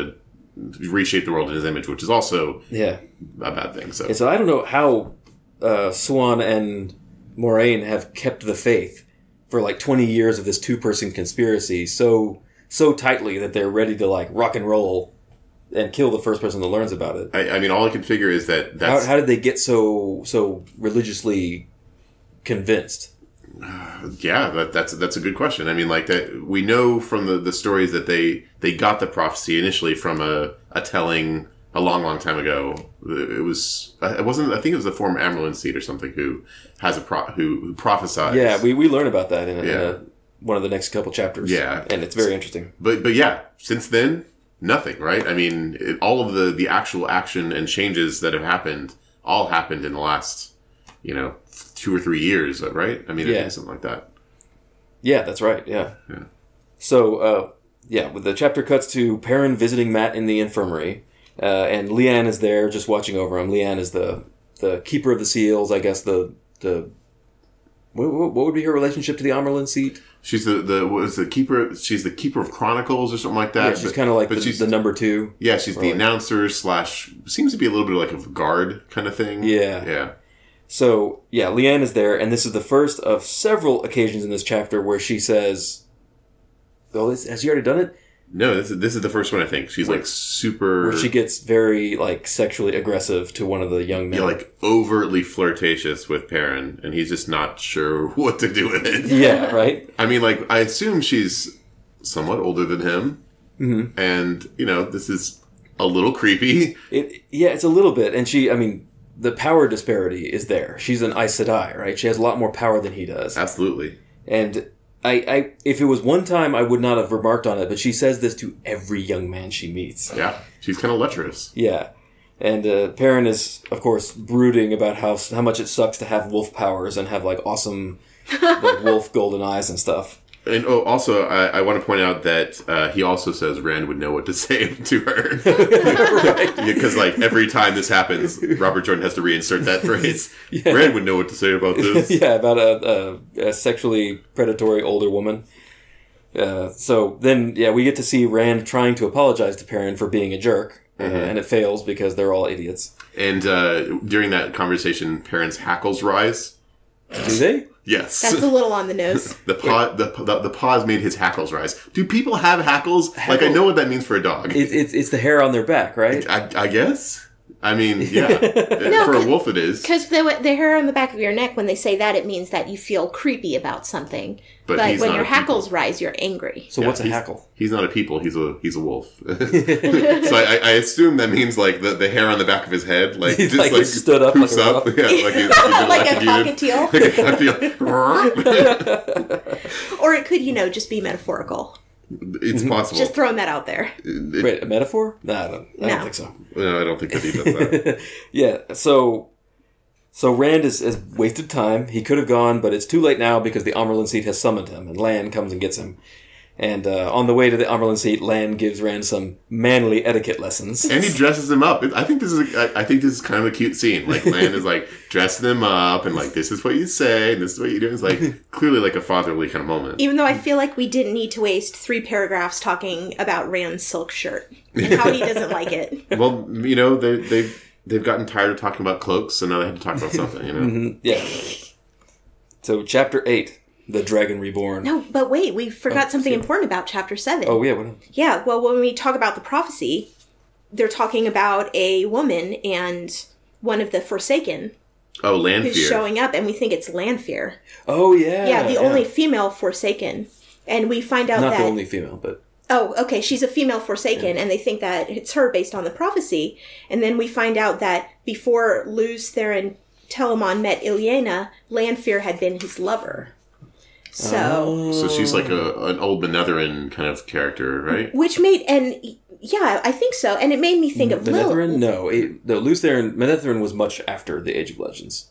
reshape the world in his image, which is also
Yeah.
a bad thing. So
And so I don't know how uh, Swan and Moraine have kept the faith for like 20 years of this two-person conspiracy so so tightly that they're ready to like rock and roll and kill the first person that learns about it.
I, I mean, all I can figure is that
How,
that's
how did they get so so religiously convinced?
yeah, that, that's that's a good question. I mean, like that we know from the, the stories that they they got the prophecy initially from a, a telling a long, long time ago. It was it wasn't I think it was the former Amaryllis seed or something who has a pro, who, who prophesies.
Yeah, we, we learn about that in, a, in
Yeah.
a, one of the next couple chapters.
Yeah.
and it's very interesting.
but but yeah, since then nothing, right? I mean, it, all of the the actual action and changes that have happened all happened in the last you know two or three years, right? I mean, I
Yeah.
think something like that.
Yeah, that's right. Yeah.
Yeah.
So, uh, yeah, with the chapter cuts to Perrin visiting Matt in the infirmary, uh, and Leanne is there just watching over him. Leanne is the the keeper of the seals, I guess. The the what, what what would be her relationship to the Amerlin seat?
She's the the what is the keeper? She's the keeper of chronicles or something like that.
Yeah, she's
Uh, but-
kind of like
but
the,
she's,
the number two.
yeah, she's the
Right.
announcer slash seems to be a little bit like a guard kind of thing.
Yeah.
yeah,
So yeah, Leanne is there, and this is the first of several occasions in this chapter where she says, "Oh, this, has she already done it?"
no, this is this is the first one I think she's like super.
Where she gets very like sexually aggressive to one of the young men.
yeah, like overtly flirtatious with Perrin, and he's just not sure *laughs* what to do with it.
yeah, right.
I mean, like, I assume she's somewhat older than him. Mm-hmm. And, you know, this is a little creepy. *laughs*
It yeah, it's a little bit, and she. I mean, the power disparity is there. She's an Aes Sedai, right? She has a lot more power than he does.
Absolutely.
And I, I, if it was one time, I would not have remarked on it. But she says this to every young man she meets.
Yeah. She's kind of lecherous.
Yeah, and uh, Perrin is, of course, brooding about how how much it sucks to have wolf powers and have like awesome like wolf golden eyes and stuff.
And oh, also, I, I want to point out that uh, he also says Rand would know what to *laughs* say to her. *laughs* Because, like, every time this happens, Robert Jordan has to reinsert
*laughs*
that phrase. Rand would know what to say about this.
yeah, about a, a, a sexually predatory older woman. Uh, so then, yeah, we get to see Rand trying to apologize to Perrin for being a jerk, uh, and it fails because they're all idiots.
And uh, during that conversation, Perrin's hackles rise.
Do they?
Yes.
That's a little on the nose.
*laughs* The paw, the, the the paws made his hackles rise. Do people have hackles? Like I know what that means for a dog.
It, it's it's the hair on their back, right?
I, I guess. I mean,
*laughs*
yeah. for a wolf, it is.
Because the, the hair on the back of your neck, when they say that, it means that you feel creepy about something.
But
But,
he's
when
not
your
a people.
hackles rise, you're angry.
So what's a
he's-
hackle?
He's not a people. He's a he's a wolf. *laughs*
*laughs*
so I, I assume that means like the, the hair on the back of his head,
*laughs*
like
He's
just
like
like,
stood up
poofs
like a
up,
wolf.
yeah, like he's
*laughs* like a
electrocuted.
cockatiel.
*laughs*
*laughs* Like a cockatiel.
Or it could, you know, just be metaphorical.
it's possible.
Just throwing that out there.
It-
Wait, a metaphor? No, I don't, I don't
No.
think so.
no, I don't think that he does that.
Yeah, so so Rand has, has wasted time. He could have gone, but it's too late now because the Amerlin seat has summoned him, and Lan comes and gets him. And uh, on the way to the Amerlin seat, Lan gives Rand some manly etiquette lessons.
and he dresses him up. It- I think this is a, I, I think this is kind of a cute scene. Like Lan is like dressing him up and like this is what you say and this is what you do. It's like clearly like a fatherly kind of moment.
Even though I feel like we didn't need to waste three paragraphs talking about Rand's silk shirt and how he doesn't like
*laughs*
it.
well, you know, they, they've they've gotten tired of talking about cloaks, so now they had to talk about something. You know,
yeah. So chapter eight, the Dragon Reborn.
No, but wait, we forgot
Oh,
something important about chapter seven.
Oh yeah, what?
Yeah, well, when we talk about the prophecy, they're talking about a woman and one of the Forsaken
oh, land
who's
fear.
showing up, and we think it's Lanfear.
Oh yeah.
Yeah, the only female Forsaken. And we find out
Not
that.
the only female, but
Oh, okay, she's a female Forsaken, and they think that it's her based on the prophecy. And then we find out that before Luz Theron Telamon met Ilyena, Lanfear had been his lover. So,
Oh.
So she's like a an old Benetherin kind of character, right?
which made and yeah, I think so, and it made me
Mm,
think of Lil.
Manetherin? No, it, no. Lutheran Manetherin was much after the Age of Legends.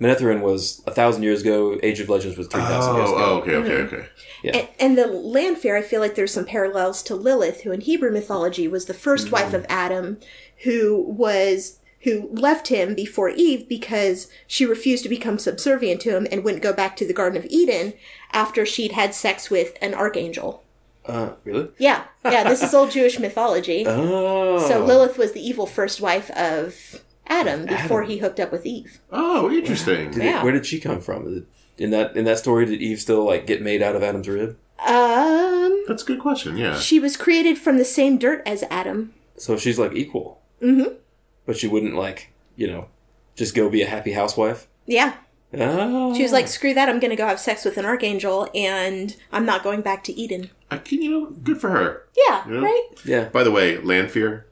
Manetherin was a thousand years ago. Age of Legends was three thousand years
Oh,
ago.
oh, okay, okay, okay.
And, and the Lanfear, I feel like there's some parallels to Lilith, who in Hebrew mythology was the 1st wife of Adam, who was who left him before Eve because she refused to become subservient to him and wouldn't go back to the Garden of Eden after she'd had sex with an archangel.
Uh, really?
Yeah, yeah, this is old Jewish mythology.
Oh,
So Lilith was the evil first wife of Adam before he hooked up with Eve.
Oh, interesting.
Did it-
yeah.
where did she come from? Is it- In that in that story, did Eve still like get made out of Adam's rib?
Um,
That's a good question. Yeah.
she was created from the same dirt as Adam.
So she's like equal. Mm-hmm. But she wouldn't like you know just go be a happy housewife.
Yeah.
Oh.
She was like, screw that, I'm going to go have sex with an archangel and I'm not going back to Eden.
I Uh, can, you know, good for her.
Yeah,
Yeah.
right?
yeah.
By the way, Lanfear.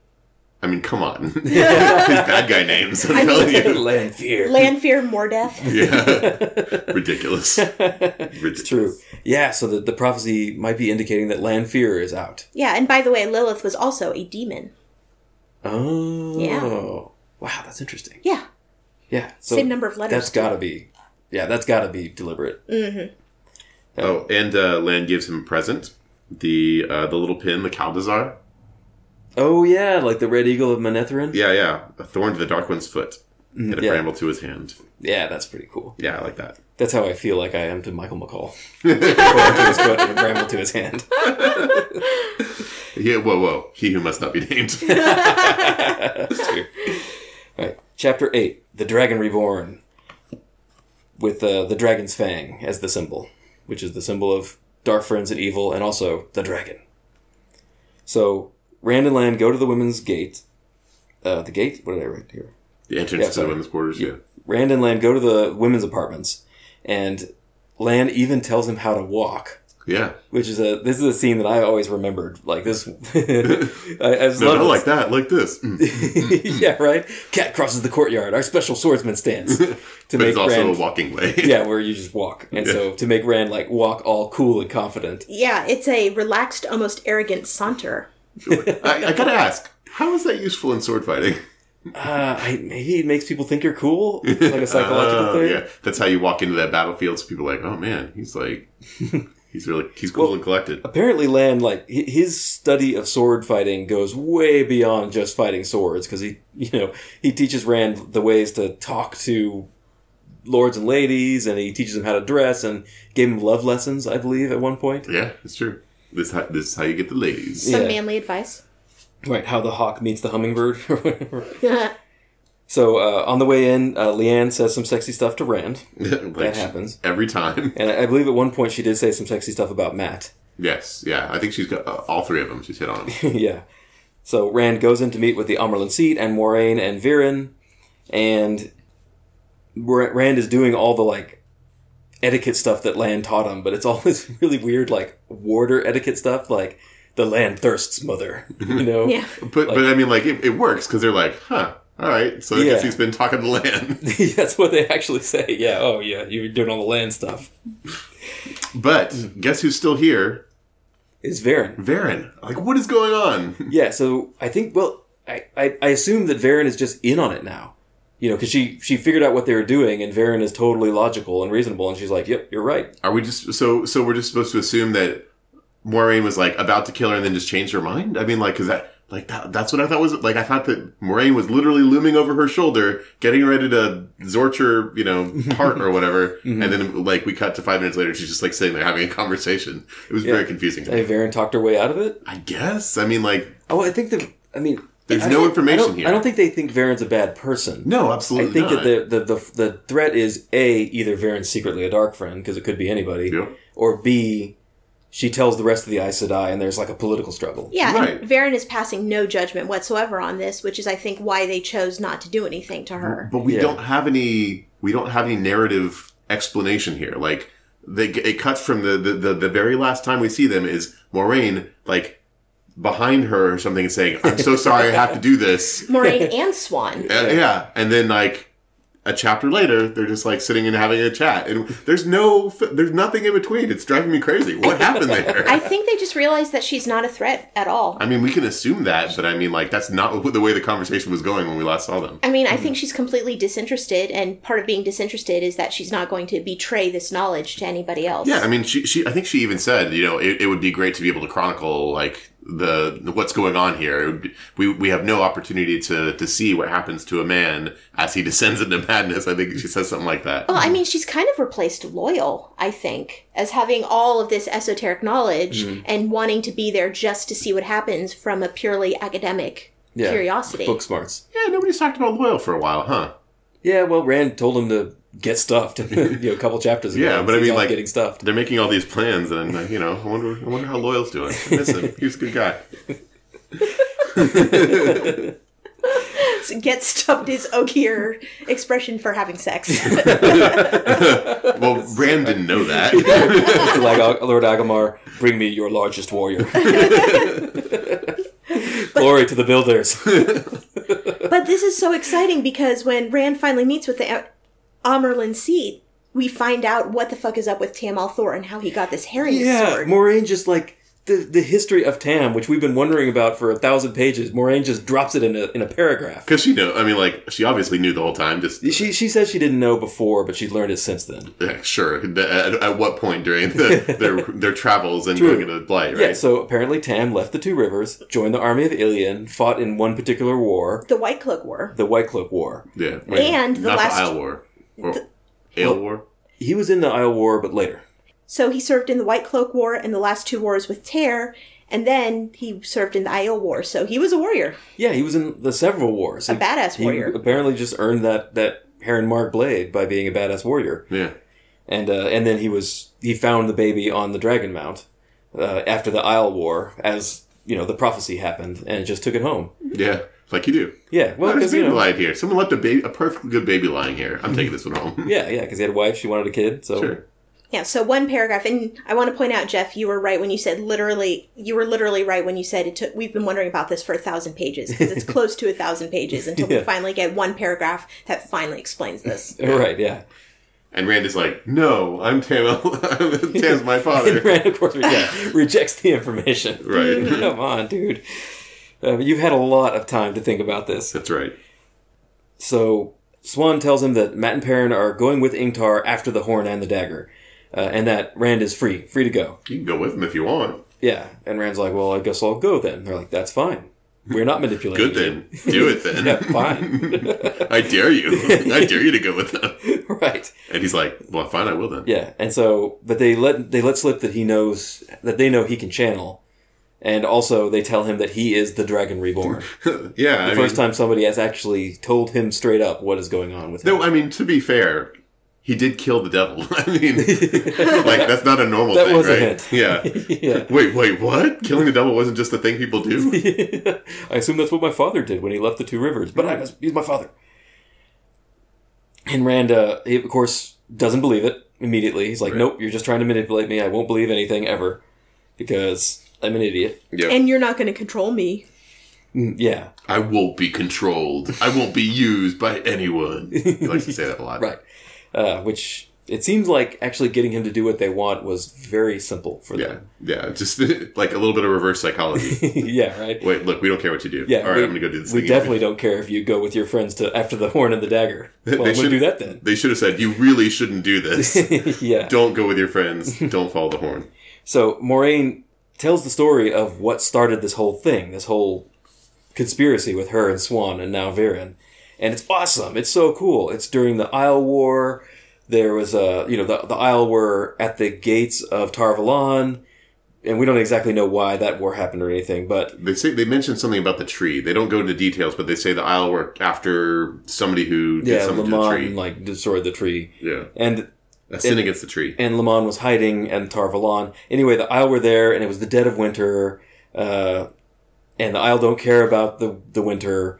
I mean, come on. *laughs*
*laughs*
These bad guy names. I'm telling you.
Land fear.
*laughs* Land fear, more death.
Yeah.
*laughs*
Ridiculous. Ridiculous.
True. Yeah. So the, the prophecy might be indicating that land fear is out.
Yeah, and by the way, Lilith was also a demon.
Oh.
Yeah.
Wow, that's interesting.
Yeah.
Yeah. So
Same number of letters,
That's got to be. Yeah, that's got to be deliberate.
Oh, and uh, Lan gives him a present. The uh, the little pin, the Kaldazar.
Oh yeah, like the red eagle of Manetherin.
Yeah, yeah. A thorn to the Dark One's foot. and a
Mm, yeah.
bramble to his hand.
Yeah, that's pretty cool.
Yeah, I like that.
That's how I feel like I am to Michael McCall. Thorn to his foot and a bramble to his hand.
Yeah, whoa, whoa. He who must not be
*laughs*
named.
That's true. All right, chapter eight: the dragon reborn, with uh, the dragon's fang as the symbol, which is the symbol of dark friends and evil, and also the dragon. So Rand and Land go to the women's gate. Uh, the gate. What did I write here?
the entrance to the
sorry.
women's quarters. Yeah.
Rand and Land go to the women's apartments, and Land even tells him how to walk,
Yeah.
which is a this is a scene that I always remembered. Like this, *laughs* I, I just
No,
love
no,
this.
like that,
*laughs*
like this. Mm.
yeah, right. Cat crosses the courtyard. Our special swordsman
*laughs*
stance to
But
make
it's also
Rand.
a walking way.
*laughs* yeah, where you just walk, and so to make Rand like walk all cool and confident.
Yeah, it's a relaxed, almost arrogant saunter.
*laughs* I, I gotta ask, how is that useful in
*laughs*
sword fighting?
Uh, I, maybe it makes people think you're
*laughs*
cool, like a psychological
Oh,
thing.
yeah, that's how you walk into that battlefield. So people are like, oh man,
*laughs*
he's like, he's really, he's cool and collected.
Apparently, Land like hi- his study of sword fighting goes way beyond just fighting swords because he, you know, he teaches Rand the ways to talk to lords and ladies, and he teaches him how to dress, and gave him love lessons, I believe, at one point.
Yeah, it's true. This how, this is how you get the ladies. *laughs*
Some
Yeah.
manly advice. *laughs*
Right, how the hawk meets the hummingbird, *laughs* or whatever.
yeah,
So uh, on the way in, uh, Leanne says some sexy stuff to Rand.
Like,
That happens.
every time. *laughs*
And I I believe at one point she did say some sexy stuff about Matt. *laughs*
Yes, yeah. I think she's got uh, all three of them. She's hit on them.
yeah. So Rand goes in to meet with the Amerlin Seat and Moraine and Viren. And Ra- Rand is doing all the, like, etiquette stuff that Land taught him, but it's all *laughs* this really weird, like, warder etiquette stuff, like, the land thirsts, mother. *laughs* You know?
yeah,
But but I mean, like it, it works because they're like, huh, all right. So I guess
Yeah.
he's been talking to
*laughs*
Lan.
That's what they actually say. Yeah, oh, yeah, you're doing all the land stuff. Mm-hmm.
but guess who's still here?
It's Viren.
Varen. Like, what is going on?
Yeah, so I think well, I, I, I assume that Varen is just in on it now, you know, because she she figured out what they were doing, and Varen is totally logical and reasonable, and she's like, "Yep, you're right."
Are we just so so? We're just supposed to assume that Moraine was like about to kill her and then just changed her mind? I mean, like, cause that like that, that's what I thought was like. I thought that Moraine was literally looming over her shoulder, getting ready to zorch her, you know, part or whatever.
*laughs* Mm-hmm.
And then like we cut to five minutes later, she's just like sitting there having a conversation. It was very confusing. to me.
Hey, Varen talked her way out of it.
I guess. I mean, like,
Oh, I think the I mean,
There's
I
no
don't-
information
I don't,
here.
I don't think they think Varen's a bad person.
no,
I
absolutely.
think
not.
that the, the the the threat is a either Varen's secretly a dark friend because it could be anybody,
Yep.
or b she tells the rest of the Aes Sedai, and there's like a political struggle.
yeah.
Right.
And Varen is passing no judgment whatsoever on this, which is, I think, why they chose not to do anything to her.
But we
Yeah.
don't have any. We don't have any narrative explanation here. Like they, it cuts from the, the the the very last time we see them is Moraine like behind her or something
*laughs*
Mm-hmm. *laughs* and saying, "I'm so sorry, I have to do this."
Moraine and Swan.
Uh, yeah, and then like a chapter later, they're just like sitting and having a chat, and there's no, there's nothing in between. It's driving me crazy. What happened there?
*laughs* I think they just realized that she's not a threat at all.
I mean, we can assume that, but I mean, like, that's not the way the conversation was going when we last saw them.
I mean, I
Hmm.
think she's completely disinterested, and part of being disinterested is that she's not going to betray this knowledge to anybody else.
Yeah, I mean, she, she I think she even said, you know, it, it would be great to be able to chronicle like the what's going on here. It would be, we we have no opportunity to to see what happens to a man as he descends into madness. I think she says something like that.
Well, I mean, she's kind of replaced loyal, I think, as having all of this esoteric knowledge
Hmm.
and wanting to be there just to see what happens from a purely academic
Yeah.
curiosity.
Book smarts.
Yeah, nobody's talked about loyal for a while, huh?
Yeah, well, Rand told him to get stuffed. *laughs* you know, a couple chapters ago.
Yeah, but I
He's
mean,
off
like-
getting stuffed.
They're making all these plans, and uh, you know, I wonder, I wonder how loyal's doing. I miss him. He was a good guy.
Get stuffed is Okier expression for having
*laughs*
sex.
Well, Ram didn't know that.
like Ag- Lord Agamar, bring me your largest
*laughs*
warrior. Glory to the builders.
But this is so exciting because when Rand finally meets with the Am- Amerlin seed, we find out what the fuck is up with Tam Althor and how he got this herring
Yeah,
sword.
Moraine just like the the history of Tam, which we've been wondering about for a thousand pages. Moraine just drops it in a in a paragraph.
Because she know, I mean, like she obviously knew the whole time. Just
She she said she didn't know before, but she learned it since then.
Yeah, sure. At, at what point during the, their their travels and going into the blight, right?
Yeah, so apparently Tam left the Two Rivers, joined the army of Ilion, fought in one particular war,
The White Cloak War.
the White Cloak War.
Yeah.
And the
not
last-
the Isle War. Or Ale War.
He was in the Isle War, but later.
So he served in the White Cloak War and the last two wars with Tear, and then he served in the Isle War. So he was a warrior.
Yeah, he was in the several wars.
A
He-
badass
he
warrior.
apparently just earned that that Heron Mark blade by being a badass warrior.
Yeah.
and uh, and then he was he found the baby on the Dragon Mount uh, after the Isle War, as you know the prophecy happened, and just took it home.
Yeah. Like you do.
Yeah, well,
There's
because
a
you
baby
know,
lying here. Someone left a baby, a perfectly good baby lying here. I'm taking this
*laughs*
one home. *laughs*
yeah, yeah, because he had a wife, she wanted a kid, so
Sure.
Yeah, so one paragraph, and I want to point out, Jeff, you were right when you said literally. You were literally right when you said it took. We've been wondering about this for a thousand pages because it's close to a thousand pages until
Yeah.
we finally get one paragraph that finally explains this.
*laughs* right, yeah,
And Rand is like, no, I'm Tam. *laughs*
*laughs*
Tam's my father.
Rand, of course, re- yeah, *laughs* rejects the information.
right.
*laughs* Come on, dude. Uh, but you've had a lot of time to think about this.
That's right.
So Swan tells him that Matt and Perrin are going with Ingtar after the horn and the dagger, uh, and that Rand is free, free to go.
You can go with him if you want.
Yeah, and Rand's like, "Well, I guess I'll go then." They're like, "That's fine. We're not manipulating."
Good then. Do
*laughs*
it then.
you. fine.
*laughs* I
*laughs*
dare you. I dare you to go with them.
right.
And he's like, well, fine, I will then.
Yeah, and so, but they let they let slip that he knows that they know he can channel, and also they tell him that he is the Dragon Reborn.
yeah *laughs* I
First
mean,
time somebody has actually told him straight up what is going on with him.
No, I mean to be fair, he did kill the devil. *laughs* I
*laughs*
mean, like that's not a normal
That
thing,
was a
right?
hint. *laughs*
Yeah.
yeah,
Wait, wait, what? Killing the devil wasn't just a thing people
*laughs*
do.
I assume that's what my father did when he left the Two Rivers. But I must, he's my father. And Rand, uh, he, of course, doesn't believe it immediately. He's like, "Nope, you're just trying to manipulate me. I won't believe anything ever because I'm an idiot."
Yeah.
And you're not going to control me.
Yeah,
I won't be controlled. I won't be used
*laughs*
by anyone. He likes to say that a lot.
right. Uh, which it seems like actually getting him to do what they want was very simple for
Yeah.
them.
Yeah. Just *laughs* like a little bit of reverse psychology.
*laughs* yeah, right.
wait, look, we don't care what you do.
Yeah,
All right,
we-
I'm gonna go do this.
We
thing.
definitely don't care if you go with your friends to after the horn and the dagger. Well, we'll
should-
do that then.
They should have said, "You really shouldn't
*laughs*
do this.
yeah.
don't go with
*laughs*
your friends. Don't follow the horn."
So Moraine tells the story of what started this whole thing, this whole conspiracy with her and Swan and now Viren, and it's awesome. It's so cool. It's during the Isle War. There was a you know the the Isle were at the gates of Tarvalon, and we don't exactly know why that war happened or anything, but
They say they mention something about the tree. They don't go into details, but they say the Isle were after somebody who did
yeah,
something to the
Lamon
tree.
like destroyed the tree,
Yeah,
and
a sin against the tree.
and Lamon was hiding and Tarvalon. Anyway, the Isle were there, and it was the dead of winter, uh, and the Isle don't care about the the winter.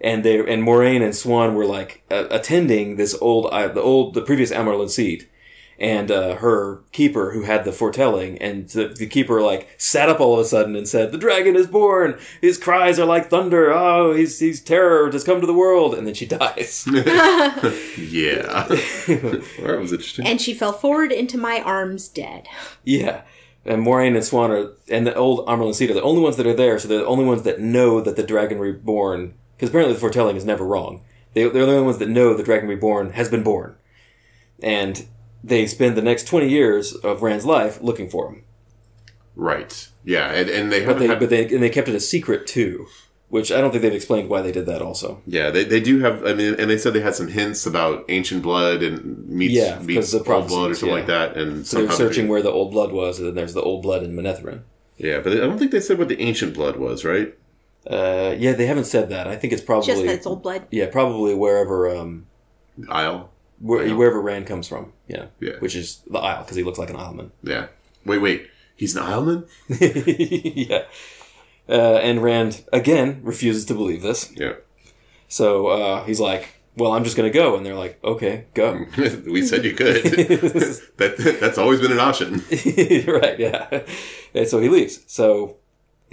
And they and Moraine and Swan were like uh, attending this old I- the old the previous Amarlin seat, and uh, her keeper who had the foretelling and the, the keeper like sat up all of a sudden and said the dragon is born his cries are like thunder oh he's, he's terror has come to the world and then she *laughs* dies *laughs*
Yeah. *laughs* that was interesting.
And she fell forward into my arms dead.
Yeah. And Moraine and Swan are, and the old Amarlin Seed are the only ones that are there, so they're the only ones that know that the Dragon Reborn, because apparently the foretelling is never wrong. They, they're the only ones that know the Dragon Reborn has been born. And they spend the next 20 years of Rand's life looking for him.
right. Yeah, and, and they
But
haven't
they,
had-
but they, and they kept it a secret too, which I don't think they've explained why they did that also.
Yeah, they, they do have. I mean, and they said they had some hints about ancient blood and meets
Yeah, 'cause
meets
the
old blood or
prophecies,
something
yeah.
like that. And
So they're
somehow they-
searching where the old blood was, and then there's the old blood in Manetherin.
yeah, but I don't think they said what the ancient blood was, right?
Uh, yeah, they haven't said that. I think it's probably.
Just that it's old blood.
Yeah, probably wherever. Um,
Isle.
Where,
Yeah.
Wherever Rand comes from, yeah,
Yeah.
which is the Isle, because he looks like an Isleman.
Yeah. Wait, wait. He's an isleman.
*laughs* yeah, uh, and Rand again refuses to believe this,
Yeah. *laughs*
so uh, he's like, "Well, I'm just going to go," and they're like, "Okay, go."
we said
*laughs*
you could. that that's always been an option. Mm.
*laughs* right? Yeah, and so he leaves. So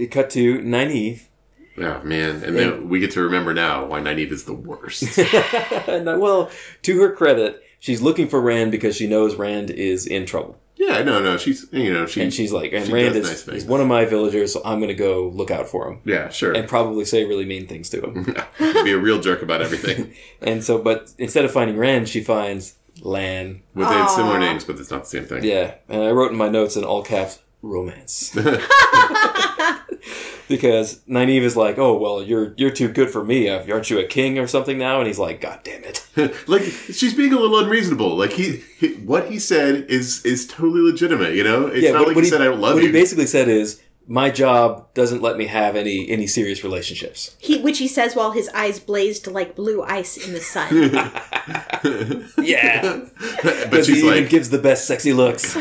it cut to Nynaeve, *laughs*
Yeah, man. And then we get to remember now why Nynaeve is the worst. *laughs*
and uh, well, to her credit, she's looking for Rand because she knows Rand is in trouble,
yeah, no, no. She's you know she
and she's like, "And
she
Rand
does
is,
nice things.
is one of my villagers, so I'm going to go look out for him."
yeah, sure.
And probably say really mean things to him.
*laughs* Be a real jerk about everything.
And so, but instead of finding Rand, she finds Lan.
With they had similar
Aw.
names, but it's not the same thing.
Yeah, and I wrote in my notes in all caps,
*laughs*
romance. *laughs* because Nynaeve is like, oh, well, you're you're too good for me. Aren't you a king or something now? And he's like, God damn it.
*laughs* like she's being a little unreasonable. Like he, he what he said is is totally legitimate. You know, it's not like he, said I don't love
what
you.
he basically said is, my job doesn't let me have any any serious relationships.
He, which he says while his eyes blazed like blue ice in the sun.
Yeah.
*laughs*
*laughs*
*laughs* but
Because he
she's
even
like,
gives the best sexy
*laughs*
looks.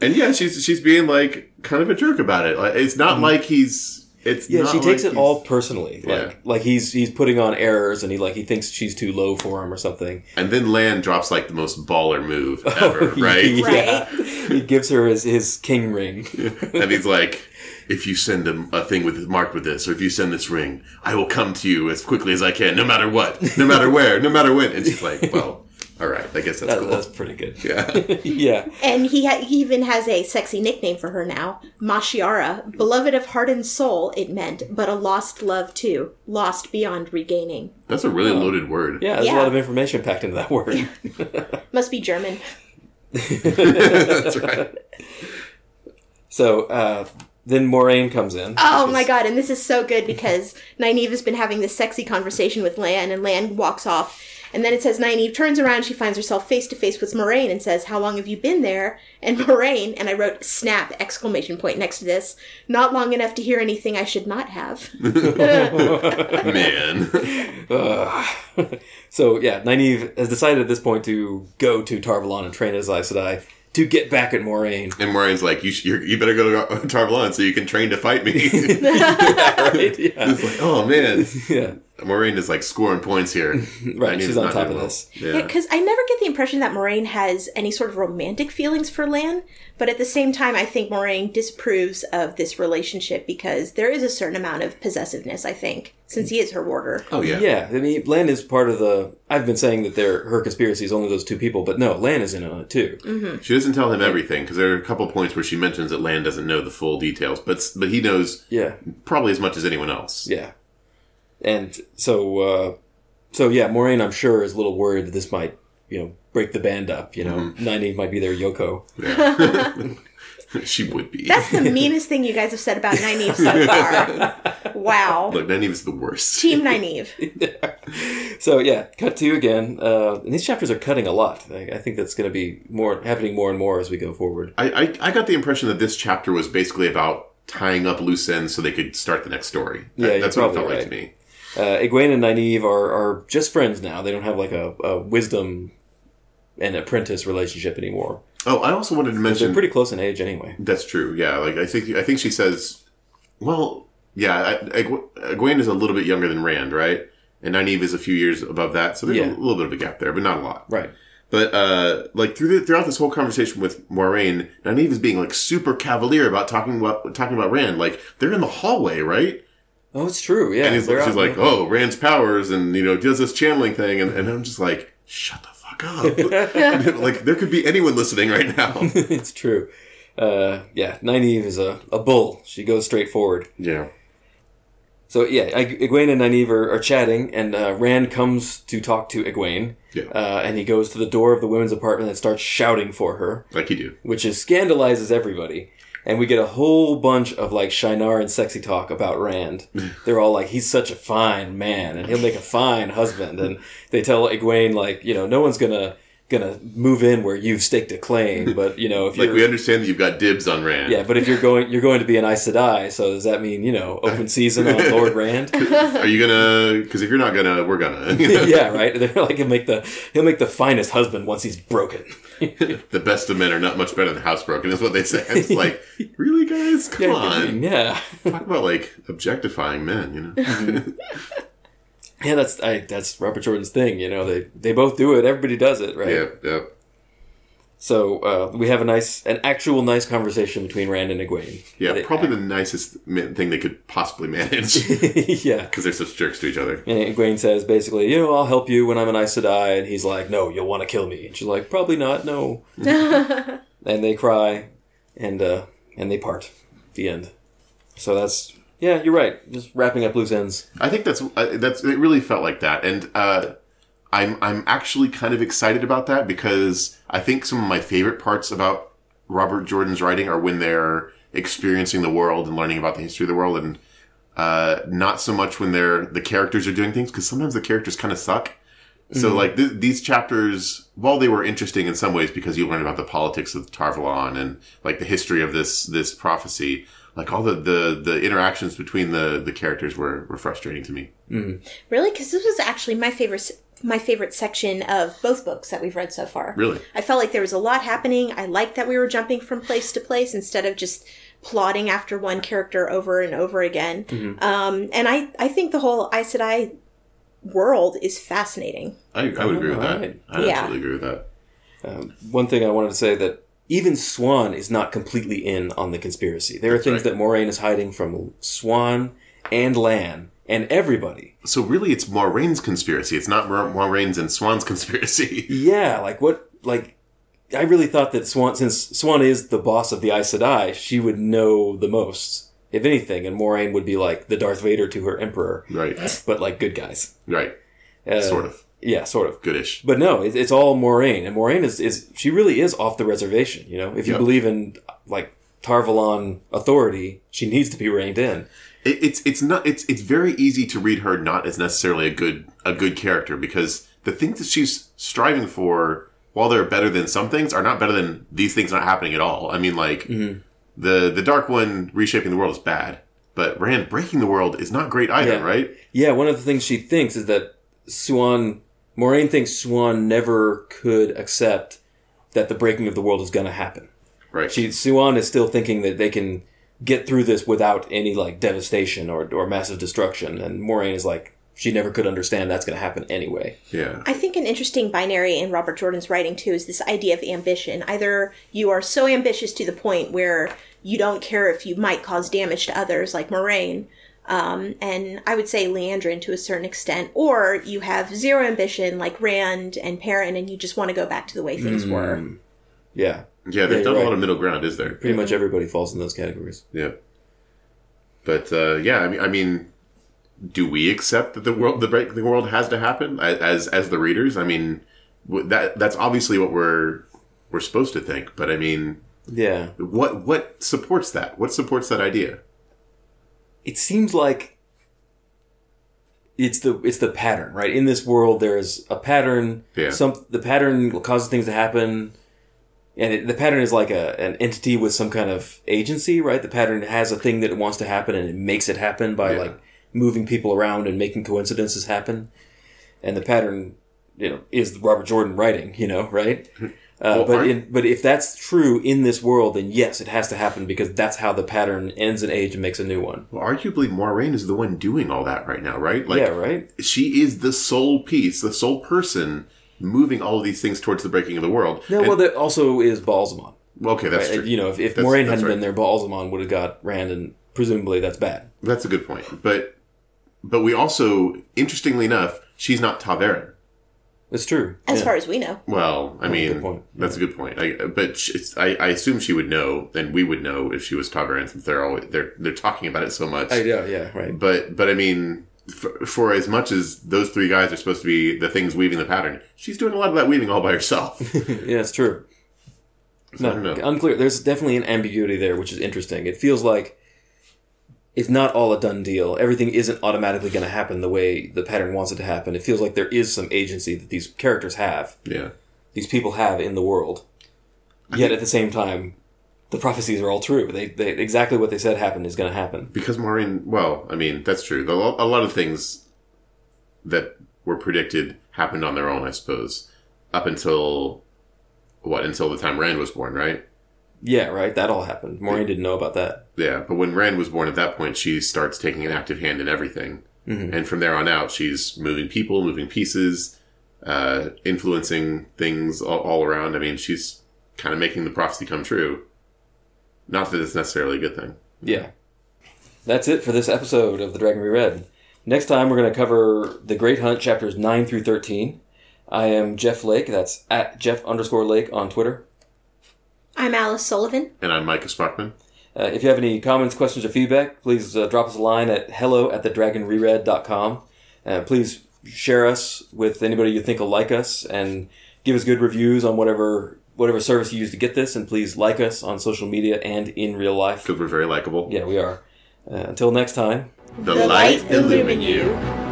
and yeah, she's she's being like kind of a jerk about it. Like it's not like he's. It's
Mm-hmm. Yeah,
not
she takes
like
it
he's-
all personally.
Yeah.
Like like he's he's putting on errors and he like he thinks she's too low for him or something.
And then Lan drops like the most baller
*laughs*
move ever, right?
Oh, Yeah. he gives her his, his king ring.
and he's like, if you send a, a thing with marked with this, or if you send this ring, I will come to you as quickly as I can, no matter what, no
*laughs*
matter where, no matter when. And she's like, well, all right, I guess that's
That,
cool.
That's pretty good.
yeah.
*laughs* yeah.
and he, ha- he even has a sexy nickname for her now Mashiara. Beloved of heart and soul, it meant, but a lost love too. Lost beyond regaining.
That's a really loaded word.
Yeah, there's a
Yeah.
lot of information packed into that *laughs* word.
Must be German.
that's right.
so uh, then Moraine comes in.
Oh my god, and this is so good because Nynaeve has been having this sexy conversation with Lan, and Lan walks off. And then it says Nynaeve turns around, she finds herself face to face with Moraine and says, How long have you been there? And *laughs* Moraine, and I wrote snap exclamation point next to this, not long enough to hear anything I should not have.
Man.
So yeah, Nynaeve has decided at this point to go to Tarvalon and train as Aes Sedai to get back at Moraine.
And Moraine's like, you, sh- you you better go to Tarvalon so you can train to fight me. *laughs* it's
Right? *laughs* Yeah.
like, oh, man.
yeah.
Moraine is like scoring points here.
*laughs* Right,
And
she's
he's
on
not
top
doing
of
well.
this.
Yeah, because I never get the impression that Moraine has any sort of romantic feelings for Lan, but at the same time, I think Moraine disapproves of this relationship because there is a certain amount of possessiveness, I think, since he is her warder.
Oh, yeah.
Yeah, I mean, Lan is part of the. I've been saying that they're, her conspiracy is only those two people, but no, Lan is in on it too.
Mm.
She doesn't tell him everything because there are a couple points where she mentions that Lan doesn't know the full details, but s- but he knows
Yeah,
probably as much as anyone else.
yeah. And so, uh, so yeah, Moraine, I'm sure, is a little worried that this might, you know, break the band up. You know,
Mm-hmm.
Nynaeve might be their Yoko.
*laughs* she would be.
That's the meanest thing you guys have said about Nynaeve so far. Wow.
Look, Nynaeve is the worst.
Team Nynaeve.
So yeah, cut two again. Uh, and these chapters are cutting a lot. I, I think that's going to be more happening more and more as we go forward.
I, I I got the impression that this chapter was basically about tying up loose ends so they could start the next story.
Yeah,
That-
you're
that's what it
probably
felt like
right.
to me.
Uh, Egwene and Nynaeve are, are just friends now. They don't have like a, a wisdom and apprentice relationship anymore.
Oh, I also wanted to mention
They're pretty close in age anyway.
That's true. Yeah, like I think I think she says, well, yeah, I, Egw- Egwene is a little bit younger than Rand, right? And Nynaeve is a few years above that, so there's
Yeah.
a little bit of a gap there, but not a lot.
Right.
But uh, like through the, throughout this whole conversation with Moraine, Nynaeve is being like super cavalier about talking about talking about Rand. Like they're in the hallway, right?
Oh, it's true. Yeah,
And he's,
they're out-
she's like, "Oh, Rand's powers," and you know, does this channeling thing, and, and I'm just like, "Shut the fuck
*laughs*
up!" *laughs* like there could be anyone listening right now.
it's true. Uh, yeah, Nynaeve is a, a bull. She goes straight forward.
yeah.
So yeah, I- Egwene and Nynaeve are, are chatting, and uh, Rand comes to talk to Egwene.
Yeah.
Uh, and he goes to the door of the women's apartment and starts shouting for her,
Like you do.
which is scandalizes everybody. And we get a whole bunch of like Shinar and sexy talk about
*laughs*
Rand. They're all like, "He's such a fine man, and he'll make a fine husband." And they tell Egwene like, you know, no one's gonna gonna move in where you've staked a
*laughs*
claim, but you know, if
Like
you're
we understand that you've got dibs on Rand.
yeah, but if you're going, you're going to be an Aes Sedai, so does that mean you know open season
*laughs*
on Lord Rand?
Are you gonna? Because if you're not gonna, we're
*laughs*
gonna. *laughs*
yeah, right. They're like he'll make the he'll make the finest husband once he's broken.
the best of men are not much better than housebroken, is what they say.
*laughs*
It's like, really, guys? Come on.
yeah,
Talk about like objectifying
*laughs*
men, you know?
yeah. That's I, that's Robert Jordan's thing. You know, they they both do it. Everybody does it, right?
yeah, yeah.
So uh, we have a nice, an actual nice conversation between Rand and Egwene.
Yeah,
They-
probably the nicest ma- thing they could possibly manage
*laughs*
because
yeah.
they're such jerks to each other.
And Egwene says basically, you know, I'll help you when I'm an Aes Sedai. And he's like, no, you'll want to kill me. And she's like, probably not,
*laughs*
no. and they cry and uh, and they part. The end. So that's, yeah, you're right. Just wrapping up loose ends.
I think that's uh, that's it. Really felt like that, and uh, I'm I'm actually kind of excited about that because I think some of my favorite parts about Robert Jordan's writing are when they're experiencing the world and learning about the history of the world, and uh, not so much when they're the characters are doing things because sometimes the characters kind of suck. So like th- these chapters, while they were interesting in some ways because you learn about the politics of Tarvalon and like the history of this this prophecy, like all the the, the interactions between the the characters were were frustrating to me.
Really? Because this was actually my favorite s- my favorite section of both books that we've read so far.
Really?
I felt like there was a lot happening. I liked that we were jumping from place to place instead of just plodding after one character over and over again. Um, and I, I think the whole Aes Sedai world is fascinating.
I, I would agree with that.
Alright.
I
Yeah.
absolutely agree with that.
Um, one thing I wanted to say that even Swan is not completely in on the conspiracy. There are things
right.
that Moraine is hiding from Swan and Lan and everybody.
So really, it's Moraine's conspiracy. It's not Mor- Moraine's and Swan's conspiracy. *laughs*
Yeah, like what? Like I really thought that Swan, since Swan is the boss of the Aes Sedai, she would know the most, if anything, and Moraine would be like the Darth Vader to her Emperor,
right,
but like good guys,
right,
Uh,
sort of
Yeah, sort of.
goodish.
But no, it's, it's all Moraine, and Moraine is, is she really is off the reservation. You know, if you
Yeah.
believe in like Tarvalon authority, she needs to be reined in.
it, it's it's not it's it's very easy to read her not as necessarily a good a good character because the things that she's striving for while they're better than some things are not better than these things not happening at all i mean like
Mm-hmm.
the the dark one reshaping the world is bad but rand breaking the world is not great either
Yeah.
right
Yeah, one of the things she thinks is that Swan Moraine thinks Swan never could accept that the breaking of the world is going to happen.
right
She Swan is still thinking that they can get through this without any like devastation or or massive destruction, and Moraine is like she never could understand that's going to happen anyway.
yeah
I think an interesting binary in Robert Jordan's writing too is this idea of ambition. Either you are so ambitious to the point where you don't care if you might cause damage to others, like Moraine, um, and I would say Leandrin to a certain extent, or you have zero ambition, like Rand and Perrin, and you just want to go back to the way things were.
Yeah,
yeah there's
Yeah,
not
you're
a lot
right.
of middle ground is there
pretty much everybody falls in those categories.
yeah but uh yeah i mean i mean do we accept that the world the break the world has to happen A- as as the readers i mean w- that that's obviously what we're we're supposed to think but i mean
Yeah,
what what supports that what supports that idea
it seems like it's the it's the pattern, right? In this world, there is a pattern.
Yeah.
Some the pattern causes things to happen, and it, the pattern is like a an entity with some kind of agency, right? The pattern has a thing that it wants to happen, and it makes it happen by
Yeah.
like moving people around and making coincidences happen. And the pattern, you know, is Robert Jordan writing, you know, right?
*laughs*
Uh,
Well,
but
aren't-
in, but if that's true in this world, then yes, it has to happen because that's how the pattern ends an age and makes a new one.
well arguably moraine is the one doing all that right now right like
yeah, right.
she is the sole piece the sole person moving all of these things towards the breaking of the world.
No,
And-
well, that also is Balsamon.
okay, that's
Uh,
true.
You know, if, if
That's-
Moraine
that's
hadn't
right.
been there, Balsamon would have got Rand, and presumably that's bad.
That's a good point. But but we also, interestingly enough, she's not Taverin.
It's true.
as
Yeah.
far as we know.
Well, I mean,
a good point.
that's a good point. I, but she, it's- I, I assume she would know, and we would know if she was Taverin, since they're all they're they're talking about it so much.
I- yeah, yeah, right.
*laughs* But but I mean, for, for as much as those three guys are supposed to be the things weaving the pattern, she's doing a lot of that weaving all by
*laughs*
herself.
Yeah, it's true.
I don't
No,
know.
unclear. There's definitely an ambiguity there, which is interesting. It feels like it's not all a done deal. Everything isn't automatically going to happen the way the pattern wants it to happen. It feels like there is some agency that these characters have,
yeah.
these people have in the world. Yet at the same time, the prophecies are all true. They, they exactly what they said happened is going to happen.
Because Maureen, well, I mean, that's true. The- A lot of things that were predicted happened on their own, I suppose, up until what? Until the time Rand was born, right?
Yeah, right. That all happened. Maureen didn't know about that.
Yeah, but when Rand was born, at that point, she starts taking an active hand in everything, and from there on out, she's moving people, moving pieces, uh, influencing things all, all around. I mean, she's kind of making the prophecy come true. Not that it's necessarily a good thing.
Yeah. That's it for this episode of The Dragon Reread. Next time, we're going to cover The Great Hunt, chapters 9 through 13. I am Jeff Lake. That's at Jeff underscore Lake on Twitter.
I'm Alice Sullivan.
And I'm Micah Sparkman.
Uh, if you have any comments, questions, or feedback, please uh, drop us a line at hello at thedragonreread.com. Uh, please share us with anybody you think will like us and give us good reviews on whatever whatever service you use to get this. And please like us on social media and in real life.
Because we're very likable.
Yeah, we are. Uh, until next time.
The light illumine you.